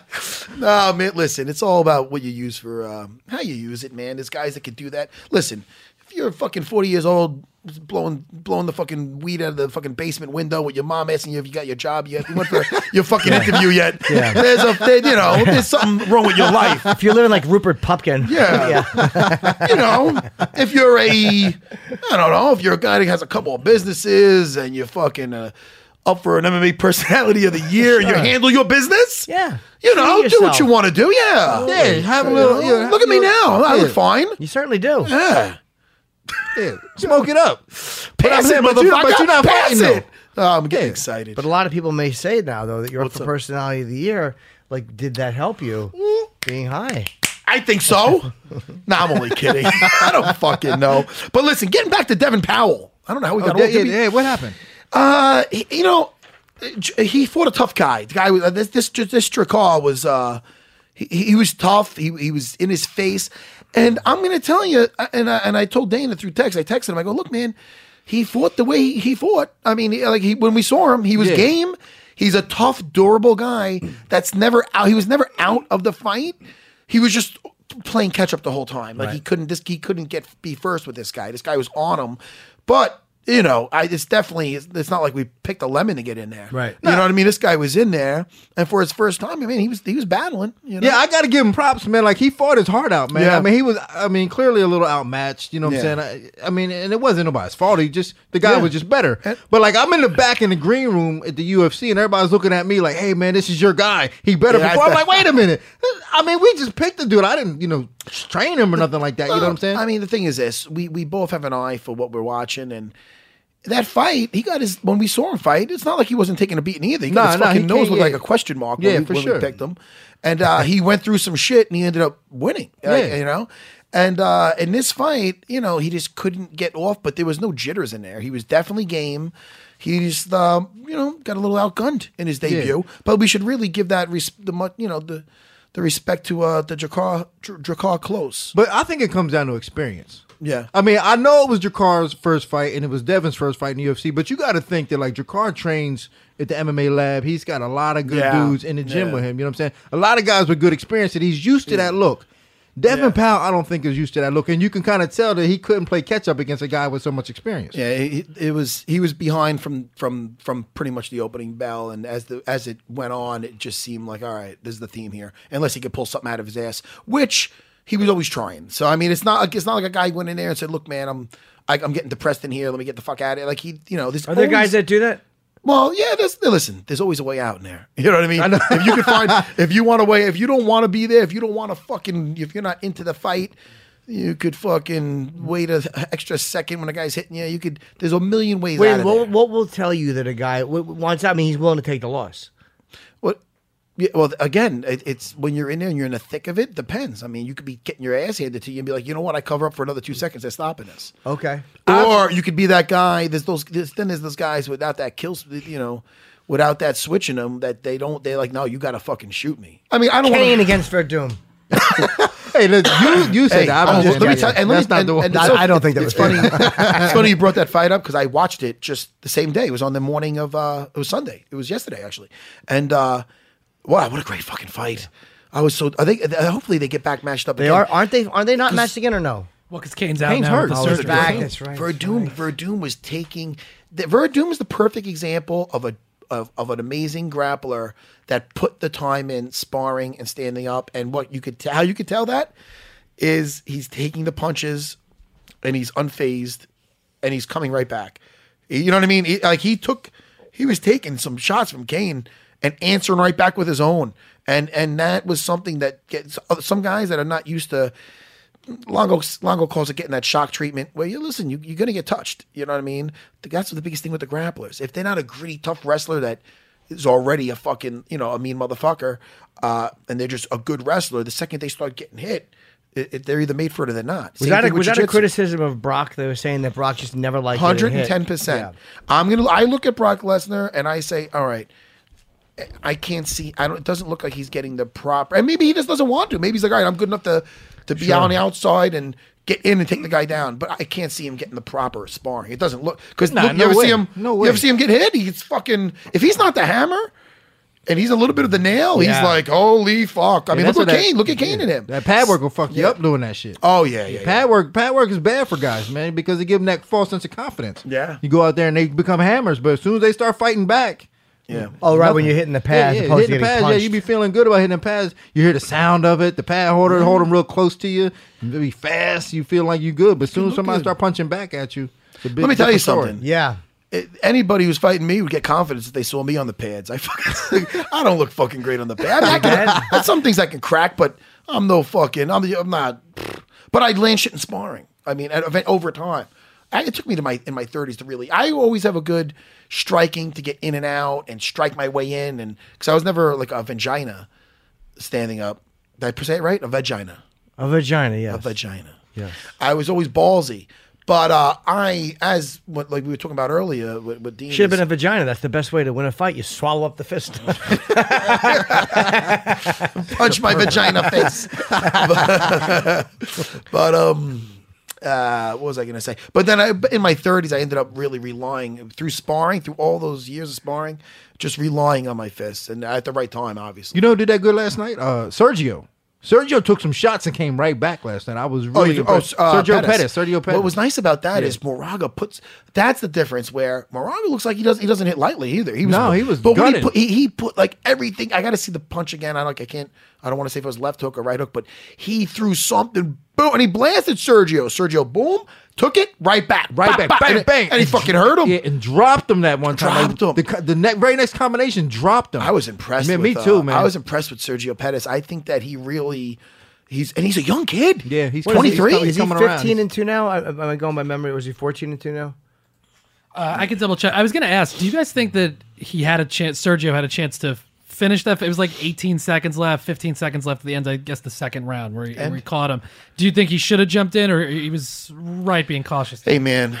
no, man. Listen, it's all about what you use for um, how you use it, man. There's guys that could do that. Listen, if you're fucking 40 years old, blowing blowing the fucking weed out of the fucking basement window with your mom asking you if you got your job yet, you went for your fucking interview yet. There's a there, you know there's something wrong with your life. If you're living like Rupert Pupkin, Yeah. you know, if you're a, I don't know, if you're a guy that has a couple of businesses and you're fucking uh, up for an MMA personality of the year and you handle your business, Yeah. you know, Treat do what yourself. you want to do. Yeah. Yeah, have a little. You know, look at me now. I look fine. you certainly do. Yeah. Yeah, smoke it up. Pass I'm- it, but you- motherfucker. but you're not Pass fighting, it. Oh, I'm getting Yeah. excited. But a lot of people may say now though that you're up What's for up? personality of the year. Like, did that help you being high? I think so. no, I'm only kidding. I don't fucking know. But listen, getting back to Devin Powell. I don't know how we got Oh, yeah, old. Did yeah, we- yeah, what happened? Uh, he- you know, J- he fought a tough guy. The guy was- uh, this this this Dracar was uh, he, he was tough. He he was in his face, and I'm gonna tell you. uh, And I, and I told Dana through text. I texted him. I go, look, man, he fought the way he, he fought. I mean, he- like he when we saw him, he was Yeah. game. He's a tough, durable guy that's never out. He was never out of the fight. He was just playing catch up the whole time. Like he couldn't this he couldn't get be first with this guy. This guy was on him, but you know, I it's definitely it's, it's not like we picked a lemon to get in there, Right. You know what I mean? This guy was in there, and for his first time, I mean, he was he was battling. You know? Yeah, I gotta give him props, man. Like he fought his heart out, man. Yeah. I mean, he was, I mean, clearly a little outmatched. You know what Yeah. I'm saying? I, I mean, and it wasn't nobody's fault. He just the guy Yeah. was just better. And- But like, I'm in the back in the green room at the UFC, and everybody's looking at me like, "Hey, man, this is your guy. He better." Yeah, I- perform." I'm like, "Wait a minute. I mean, we just picked the dude. I didn't, you know, train him or nothing like that. You know what I'm saying? I mean, the thing is this: we we both have an eye for what we're watching, and that fight, he got his when we saw him fight. It's not like he wasn't taking a beating either. He got Nah, his nah, fucking he nose can't- looked yeah. like a question mark. Yeah, when we, for when we sure. picked him, and uh, he went through some shit, and he ended up winning. Like, Yeah. you know. And uh, in this fight, you know, he just couldn't get off, but there was no jitters in there. He was definitely game. He just, um, you know, got a little outgunned in his debut. But we should really give that res- the mu- you know the the respect to uh, the Dracar Dr- Dracar Close. But I think it comes down to experience. Yeah. I mean, I know it was Jakar's first fight and it was Devin's first fight in the UFC, but you got to think that like Jakar trains at the MMA lab. He's got a lot of good Yeah. dudes in the gym Yeah. with him. You know what I'm saying? A lot of guys with good experience and he's used to that look. Devin Powell, I don't think is used to that look, and you can kind of tell that he couldn't play catch up against a guy with so much experience. Yeah, it, it was he was behind from from from pretty much the opening bell, and as the as it went on, it just seemed like all right, this is the theme here. Unless he could pull something out of his ass, which he was always trying. So I mean, it's not like it's not like a guy went in there and said, "Look, man, I'm I, I'm getting depressed in here. Let me get the fuck out of it." Like he, you know, this Are there guys that do that? well, yeah, there's listen, there's always a way out in there. You know what I mean? If you can find if you want a way, if you don't want to be there, if you don't want to fucking if you're not into the fight, you could fucking wait a a extra second when a guy's hitting you. You could there's a million ways out Wait, of what, there. what will tell you that a guy what- what- wants? I mean, he's willing to take the loss. What- yeah, well, again, it, it's when you're in there and you're in the thick of it. Depends. I mean, you could be getting your ass handed to you and be like, you know what? I cover up for another two seconds. They're stopping us. Okay. Or you could be that guy. There's those. There's, then there's those guys without that kill. You know, without that switching them, that they don't. They're like, no, you got to fucking shoot me. I mean, I don't Kane want against Verdum. Hey, look, you you said Hey, that. oh, I'm let just me tell. And let that's me, not and, the one. and so- I don't think that was it's funny. it's funny you brought that fight up because I watched it just the same day. It was on the morning of. Uh, it was Sunday. It was yesterday actually. And uh, wow, what a great fucking fight! I was so. I think uh, hopefully they get back matched up. They again. are, aren't they? Aren't they not matched again or no? Well, because Kane's out Kane's now. hurt. with the Oh, he's surgery. back. That's right, that's Verdum, Verdum was taking. The, Verdum is the perfect example of a of, of an amazing grappler that put the time in sparring and standing up. And what you could tell, how you could tell that is he's taking the punches, and he's unfazed, and he's coming right back. You know what I mean? He- like he took, he was taking some shots from Kane and answering right back with his own. And and that was something that gets uh, some guys that are not used to Longo Longo calls it getting that shock treatment. Where you listen, you, you're going to get touched. You know what I mean? That's the biggest thing with the grapplers. If they're not a gritty, tough wrestler that is already a fucking you know a mean motherfucker, uh, and they're just a good wrestler. The second they start getting hit, it, it, they're either made for it or they're not. Was that, a, was that a criticism of Brock? They were saying that Brock just never liked Hundred and ten percent. I'm gonna. I look at Brock Lesnar and I say, all right. I can't see. I don't. It doesn't look like he's getting the proper. And maybe he just doesn't want to. Maybe he's like, all right, I'm good enough to to be out on the outside and get in and take the guy down. But I can't see him getting the proper sparring. It doesn't look because Nah, look, you no ever way. see him. No You way. ever see him get hit? He's fucking. If he's not the hammer, and he's a little bit of the nail, Yeah. he's like, holy fuck. I mean, that's look at what that- Kane. Look at Kane in him. That pad work will fuck you up doing that shit. Oh yeah, yeah. yeah. Pad work, pad work is bad for guys, man, because it give them that false sense of confidence. Yeah. you go out there and they become hammers, but as soon as they start fighting back, Yeah. Oh, right, when nothing. you're hitting the pad, yeah, as yeah, opposed to hitting the getting pads, yeah, punched. you be feeling good about hitting the pads. You hear the sound of it. The pad holder hold them real close to you. They be fast. You feel like you good, but as soon as somebody start punching back at you, it's a big Let me tell you different story. something. yeah. it- anybody who's fighting me would get confidence if they saw me on the pads. I fucking, I don't look fucking great on the pad. I mean, I can, that's some things I can crack, but I'm no fucking, I'm, I'm not. But I land shit in sparring. I mean, at- event- over time, I, it took me to my in my 30s to really. I always have a good striking to get in and out and strike my way in, and because I was never like a vagina standing up. Did I say it right? A vagina A vagina, yeah. a vagina. Yes. I was always ballsy. But uh, I, as what, like we were talking about earlier with, with Dean, Should have is- been a vagina. That's the best way to win a fight. You swallow up the fist. punch my vagina face. but um, uh, what was I going to say? But then I, but in my 30s, I ended up really relying through sparring, through all those years of sparring, just relying on my fists and at the right time, obviously. You know, who did that good last night. Uh, Sergio. Sergio took some shots and came right back last night. I was really you- impressed. uh, Sergio Pettis. Sergio Pettis. What was nice about that is Moraga puts. That's the difference where Moraga looks like he does. He doesn't hit lightly either. He was No, he was But when he gutted. put, he, he put like everything. I got to see the punch again. I don't. I can't. I don't want to say if it was left hook or right hook, but he threw something. Boom, and he blasted Sergio. Sergio, boom, took it right back, Right Bah, back, bah, bang, and, bang, and he fucking hurt him. Yeah, and dropped him that one time. Dropped him. The, co- the ne- very next combination dropped him. I was impressed. Man, with, me uh, too, man. I was impressed with Sergio Pettis. I think that he really, he's and he's a young kid. Yeah, he's twenty What is three. he's Is he coming 15 around. and 2 now? I, am I going by memory? Was he 14 and 2 now? Uh, I can double check. I was going to ask, do you guys think that he had a chance, Sergio had a chance to finish that? It was like 18 seconds left, 15 seconds left at the end, I guess the second round where he, where he caught him. Do you think he should have jumped in or he was right being cautious? Hey man,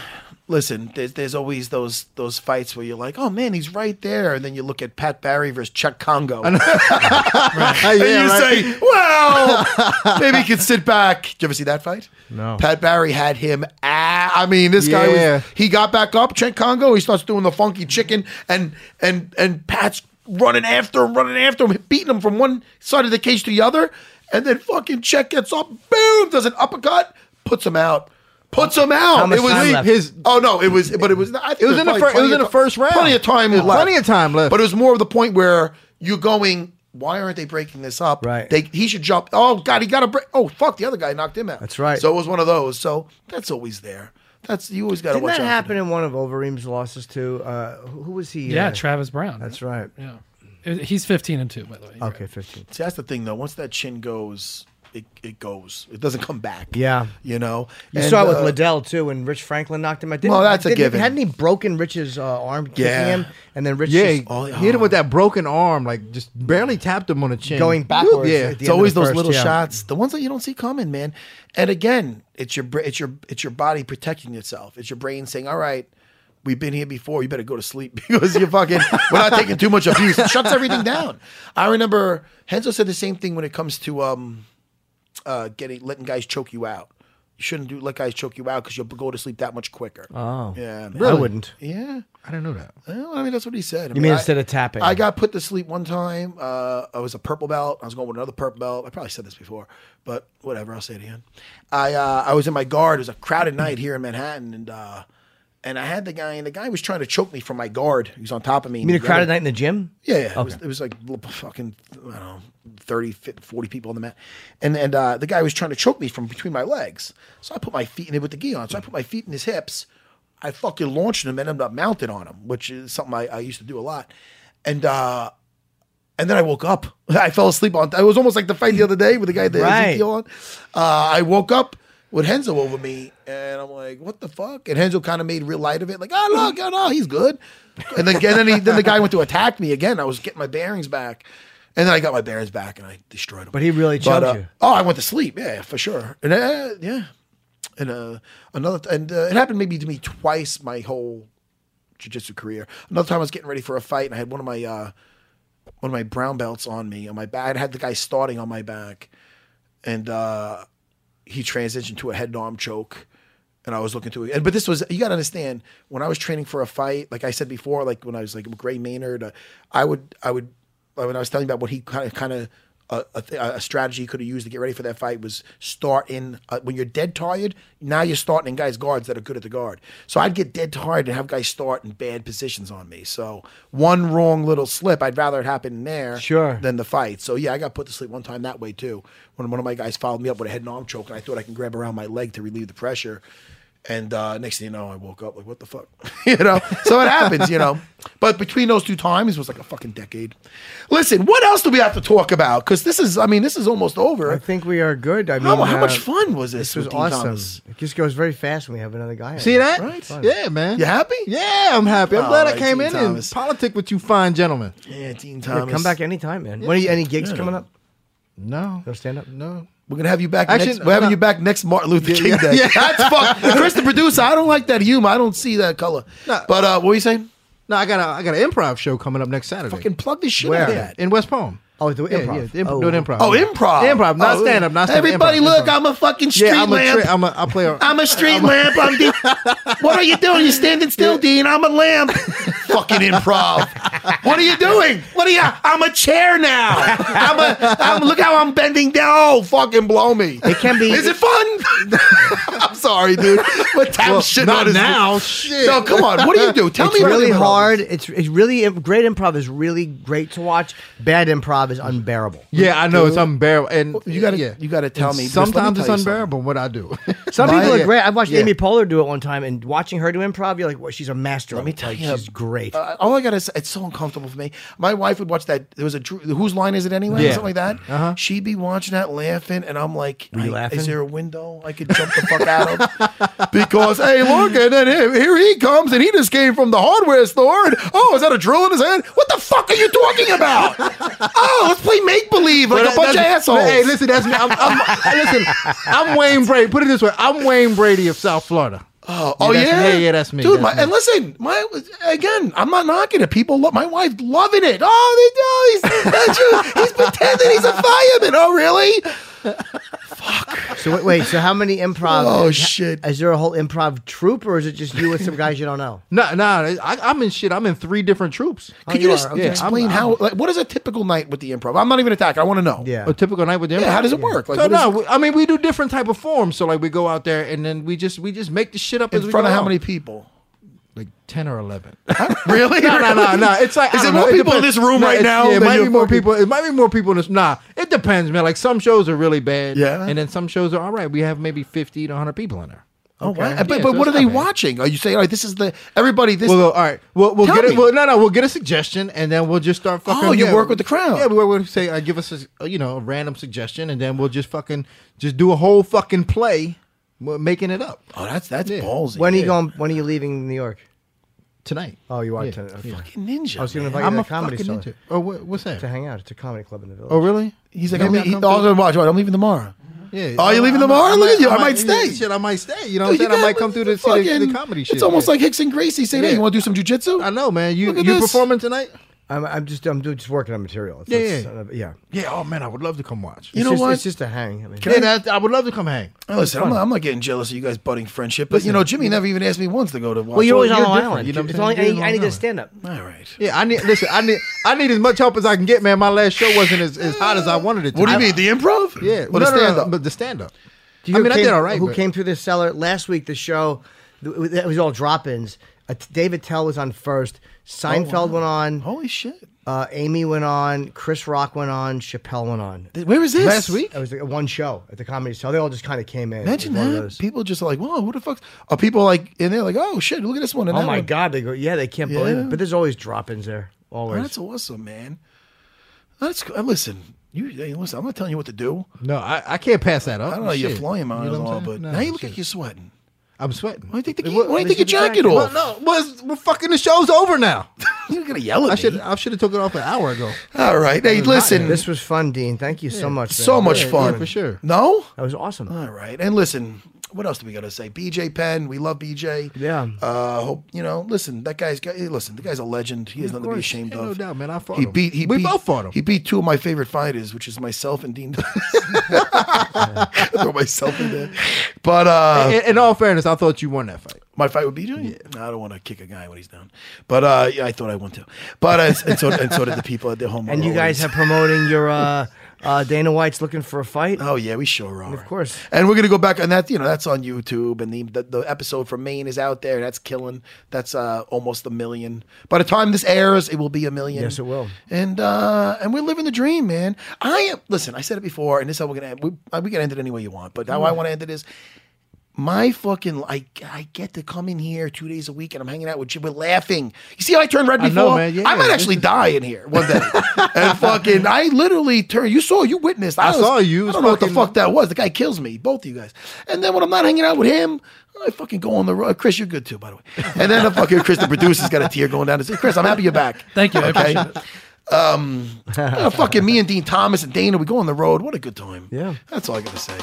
listen. There's there's always those those fights where you're like, oh man, he's right there, and then you look at Pat Barry versus Chuck Congo, and Yeah, you right. say, well, maybe he could sit back. Did you ever see that fight? No. Pat Barry had him. Ah, I mean, this guy Yeah. was. He got back up, Chuck Congo. He starts doing the funky chicken, and and and Pat's running after him, running after him, beating him from one side of the cage to the other, and then fucking Chuck gets up, boom, does an uppercut, puts him out. Puts him out. How much it was time left? His- oh no, it was, but it was. I think It was in the probably fir- it was plenty in the of ti- first round. Plenty of time Yeah, left. plenty of time left. But it was more of the point where you're going. Why aren't they breaking this up? Right. They he should jump. Oh God, he got a break. Oh fuck, the other guy knocked him out. That's right. So it was one of those. So that's always there. That's you always got to Didn't watch that out. happen in one of Overeem's losses, too? Uh, who who was he? yeah, uh, Travis Brown. That's right. Yeah. It- He's 15 and 2, by the way. You're Okay, 15. See, that's the thing though. Once that chin goes, it, it goes. It doesn't come back. Yeah. You know. You And, saw it with uh, Liddell, too, when Rich Franklin knocked him out. Didn't- Well, that's a didn't- given. Hadn't he broken Rich's uh, arm kicking Yeah. him? And then Rich Yeah, just he, oh. he hit him with that broken arm, like just barely tapped him on the chin. going backwards. Yeah, at the It's end of always the those first, little yeah. shots, the ones that you don't see coming, man. And again, it's your br- it's your it's your body protecting itself. It's your brain saying, "All right, we've been here before. You better go to sleep because you're fucking. we're not taking too much abuse. It shuts everything down." I remember Henzo said the same thing when it comes to um, uh, getting letting guys choke you out. You shouldn't do let guys choke you out because you'll go to sleep that much quicker. Oh, yeah, man. I wouldn't. yeah. I didn't know that. Well, I mean, that's what he said. I You mean instead of tapping? I got put to sleep one time. Uh, I was a purple belt. I was going with another purple belt. I probably said this before, but whatever. I'll say it again. I uh, I was in my guard. It was a crowded night here in Manhattan, and uh, and I had the guy, and the guy was trying to choke me from my guard. He was on top of me. You mean a crowded night in the gym? Yeah, yeah. It, was, it was like l- fucking, I don't know, 30, 50, 40 people on the mat. And and uh, the guy was trying to choke me from between my legs. So I put my feet in it with the gi on. So I put my feet in his hips. I fucking launched him and ended up mounted on him, which is something I, I used to do a lot. And uh, and then I woke up. I fell asleep on. It was almost like the fight the other day with the guy that Right. Ezekiel on. Uh, I woke up with Henzo over me, and I'm like, what the fuck? And Henzo kind of made real light of it, like, oh look, oh no, he's good. And then, and then, he, then the guy went to attack me again. I was getting my bearings back, and then I got my bearings back, and I destroyed him. But he really But, choked uh, you. Oh, I went to sleep. Yeah, for sure. And uh, yeah, and uh, another and uh, it happened maybe to me twice my whole jiu-jitsu career. Another time I was getting ready for a fight, and I had one of my uh, one of my brown belts on me on my back. I had the guy starting on my back, and uh, he transitioned to a head and arm choke. And I was looking to it, but this was you got to understand when I was training for a fight, like I said before, like when I was like with Gray Maynard, uh, I would I would like, when I was telling you about what he kind of kind of a, a, th- a strategy he could have used to get ready for that fight was start in uh, when you're dead tired. Now you're starting in guys guards that are good at the guard. So I'd get dead tired and have guys start in bad positions on me. So one wrong little slip, I'd rather it happen there Sure. than the fight. So yeah, I got put to sleep one time that way too. When one of my guys followed me up with a head and arm choke, and I thought I can grab around my leg to relieve the pressure. And uh, next thing you know, I woke up like, what the fuck, you know? So it happens, you know. But between those two times was like a fucking decade. Listen, what else do we have to talk about? Because this is, I mean, this is almost over. I think we are good. I mean, how, how uh, much fun was this? This was with Dean awesome. Thomas? It just goes very fast when we have another guy. on See it. that? Right. Yeah, man. You happy? Yeah, I'm happy. I'm glad Alright, I came Dean in Thomas. and politic with you fine gentlemen. Yeah, Dean Yeah, Thomas. come back anytime, man. When are you, any gigs coming up? No. No stand up. No. We're gonna have you back. Actually, next, we're having no. you back next Martin Luther King yeah, Day. yeah. That's fuck. Chris, the producer, I don't like that humor. I don't see that color. No. But uh, what were you saying? No, I got a I got an improv show coming up next Saturday. Fucking plug this shit Where? out of yeah, that. in West Palm. Oh, the Yeah, improv. yeah, the imp- oh. doing improv. Oh, improv. Improv, not Oh, stand up, not stand up. Everybody, improv, look, improv. I'm a fucking street yeah, I'm a lamp. tri- I'm a I play a I'm a street lamp. I'm Dean. What are you doing? You're standing still, Dean. I'm a lamp. Fucking improv. What are you doing? What are you? I'm a chair now. I'm a. I'm, look how I'm bending down. Oh, fucking blow me. It can be. Is it fun? I'm sorry, dude. But tap shit not on his- now. Shit. No, come on. What do you do? Tell it's me. about really improv. hard. It's it's really great improv is really great to watch. Bad improv is unbearable. Yeah, I know it's unbearable. And You gotta. yeah. You gotta tell And me. Just let me Sometimes tell it's you something. unbearable what I do. Some But- people are yeah. great. I watched Yeah. Amy Poehler do it one time, and watching her do improv, you're like, well, she's a master. Let me tell you, she's great. Uh, all I gotta say, it's so uncomfortable for me. My wife would watch that. There was a Drew, whose line is it anyway? Yeah. Something like that. Uh-huh. She'd be watching that, laughing, and I'm like, you I- laughing? Is there a window I could jump the fuck out of? Because hey, look, and then here, here he comes, and he just came from the hardware store. And, oh, is that a drill in his hand? What the fuck are you talking about? oh, let's play make believe like But a bunch of that's- assholes. Hey, listen, that's me. I'm, I'm, listen, I'm Wayne Brady. Put it this way, I'm Wayne Brady of South Florida. Oh, oh, that's- yeah, yeah, yeah, that's me, dude. that's my, me. And listen, my again, I'm not knocking it. People, love, my wife loving it. Oh, they, oh he's that's you. He's pretending he's a fireman. Oh, really? so wait, wait, so how many improv? Oh, ha- shit. Is there a whole improv troupe, or is it just you with some guys you don't know? No, no, I, I'm in shit. I'm in three different troops. Could you you just are, okay. Yeah, explain I'm- how? like, what is a typical night with the improv? I'm not even attacking. I want to know. Yeah. A typical night with them. Yeah, how does it work? Like, so what is no, it- we- I mean we do different type of forms. So like we go out there and then we just we just make the shit up as in we front go of how along. many people? Like ten or eleven. really? No, no, no, no. It's like is it I don't more know. It people in depends. this room No, right it's- now? yeah, it than might you be more fucking- people. It might be more people in this. Nah, it depends, man. Like some shows are really bad. Yeah. and then some shows are all right. We have maybe fifty to hundred people in there. Oh, wow. But, Yeah, but so what are it's they not bad. watching? Are you saying, all right, this is the everybody? This We'll go. All right. We'll, we'll Tell get me. it. Well, no, no. We'll get a suggestion, and then we'll just start fucking. Oh, you yeah, work with the crowd. Yeah, we work with say, uh, give us a, s- uh, you know a random suggestion, and then we'll just fucking just do a whole fucking play, w- making it up oh, that's that's Yeah. ballsy. When are you going? When are you leaving New York? tonight. Oh, you are. Yeah. To, okay. Fucking ninja? I was going to invite man. you I'm to a the comedy fucking store ninja. Oh, what, what's to that? hang out. It's a comedy club in the village. Oh, really? He's like, You I'm, want me he, to oh, come through? I'm watch. I'm leaving tomorrow. Yeah. Oh, you're leaving tomorrow? Look at you. I might yeah, stay. Shit, I might stay. You know what I'm Dude, you saying? got- I might come through to see the- the, fucking- comedy It's shit. almost yeah. like Hicks and Gracie saying, "Hey, Yeah. you want to do some jujitsu?" I know, man. You Look at you this. performing tonight? I'm, I'm just I'm doing- just working on material. It's, Yeah, it's- yeah. uh, yeah. Yeah. Oh man, I would love to come watch. You it's know just, what? It's just a hang. I mean, yeah, that, I would love to come hang. Hey, Listen, I'm not, I'm not getting jealous of you guys budding friendship, but you know, Jimmy never even asked me once to go to. Watch. well, you're always on you're Long different, Island. you know what I'm it's saying? only I You're need, on I need Long to Island. stand up. all right. Yeah, I need listen. I need I need as much help as I can get, man. My last show wasn't as, as hot as I wanted it to. What do you be. mean, the improv? Yeah, but no, a no, no, stand up. but the stand up. Do you I know mean, I who did came- all right. Who but- came through the cellar last week? The show th- it was all drop-ins. Uh, David Tell was on first. Seinfeld Oh, went on. Holy shit! Uh, Amy went on. Chris Rock went on. Chappelle went on. Th- Where was this last week? It was like one show at the comedy cellar. They all just kind of came in. It Imagine was one of that. those. People just like, "Whoa, what the fuck?" Are people like, and they're like, "Oh shit, look at this one." And Oh that my one. god! They go. Yeah, they can't believe Yeah. it. But there's always drop-ins there. Always. That's awesome, man. That's uh, listen. You hey, listen. I'm not telling you what to do. No, I, I can't pass that up. I don't know. You're Oh, Shit. flying You miles know what I'm all, saying? but No, now you look shit. like you're sweating. I'm sweating. Why do you take the, Well, why do at you take your least jacket well, off? no, well, it's- well, fucking the show's over now. You're gonna yell I at should me. I should have took it off an hour ago. All right. Hey, listen. This was fun, Dean. Thank you so much. man. so much yeah, fun yeah, for sure. No. That was awesome. All right. And listen, what else do we got to say? BJ Penn, we love BJ. Yeah. Uh, hope you know. Listen, that guy's got. hey, Listen, the guy's a legend. He has nothing to be course. ashamed Ain't of. no doubt, man. I fought he him. beat. He We beat, both fought him. He beat two of my favorite fighters, which is myself and Dean. Throw myself in there. But uh, in, in all fairness, I thought you won that fight. my fight with BJ? No, I don't want to kick a guy when he's down. But uh, yeah, I thought I want to. But uh, and so and so did the people at their home. and you guys are promoting your uh, uh, Dana White's looking for a fight. Oh yeah, we sure are. Of course. And we're gonna go back, and that you know that's on YouTube, and the the, the episode from Maine is out there. That's killing. That's uh, almost a million. By the time this airs, it will be a million. Yes, it will. And uh, and we're living the dream, man. I am. Listen, I said it before, and this is how we're gonna end. We, uh, we can end it any way you want, but how I want to end it is. My fucking, I, I get to come in here two days a week and I'm hanging out with you. We're laughing. You see how I turned red I before? know, man. Yeah, I might this actually is- die in here one day. and fucking, I literally turned, you saw, you witnessed. I, I was- saw you. I don't know what the Fucking- fuck that was. The guy kills me, both of you guys. And then when I'm not hanging out with him, I fucking go on the road. Chris, you're good too, by the way. And then the fucking Chris, the producer's got a tear going down his Chris, I'm happy you're back. Thank you. I appreciate it. Uh, fucking me and Dean Thomas and Dana, we go on the road. What a good time. Yeah. That's all I gotta say.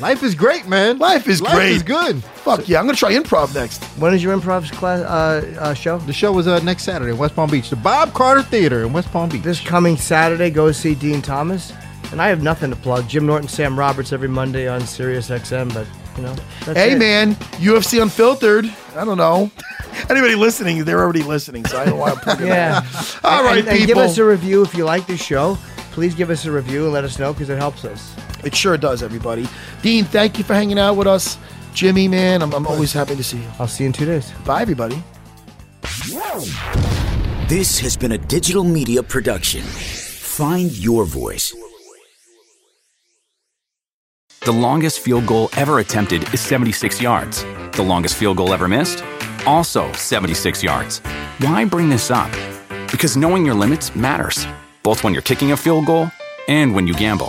Life is great, man. Life is Life great. is good. Fuck yeah. I'm gonna try improv next. When is your improv class uh, uh, show? The show is uh, next Saturday in West Palm Beach, the Bob Carter Theater in West Palm Beach. This coming Saturday, go see Dean Thomas. And I have nothing to plug. Jim Norton, Sam Roberts every Monday on Sirius XM, but you know. That's Hey it. man, UFC Unfiltered. I don't know. Anybody listening, they're already listening, so I don't want to plug it. Yeah. All And- right, and, and give people. us a review if you like the show. Please give us a review and let us know because it helps us. It sure does, everybody. Dean, thank you for hanging out with us. Jimmy, man, I'm, I'm always happy to see you. I'll see you in two days. Bye, everybody. This has been a digital media production. Find your voice. The longest field goal ever attempted is 76 yards. The longest field goal ever missed? Also 76 yards. Why bring this up? Because knowing your limits matters, both when you're kicking a field goal and when you gamble.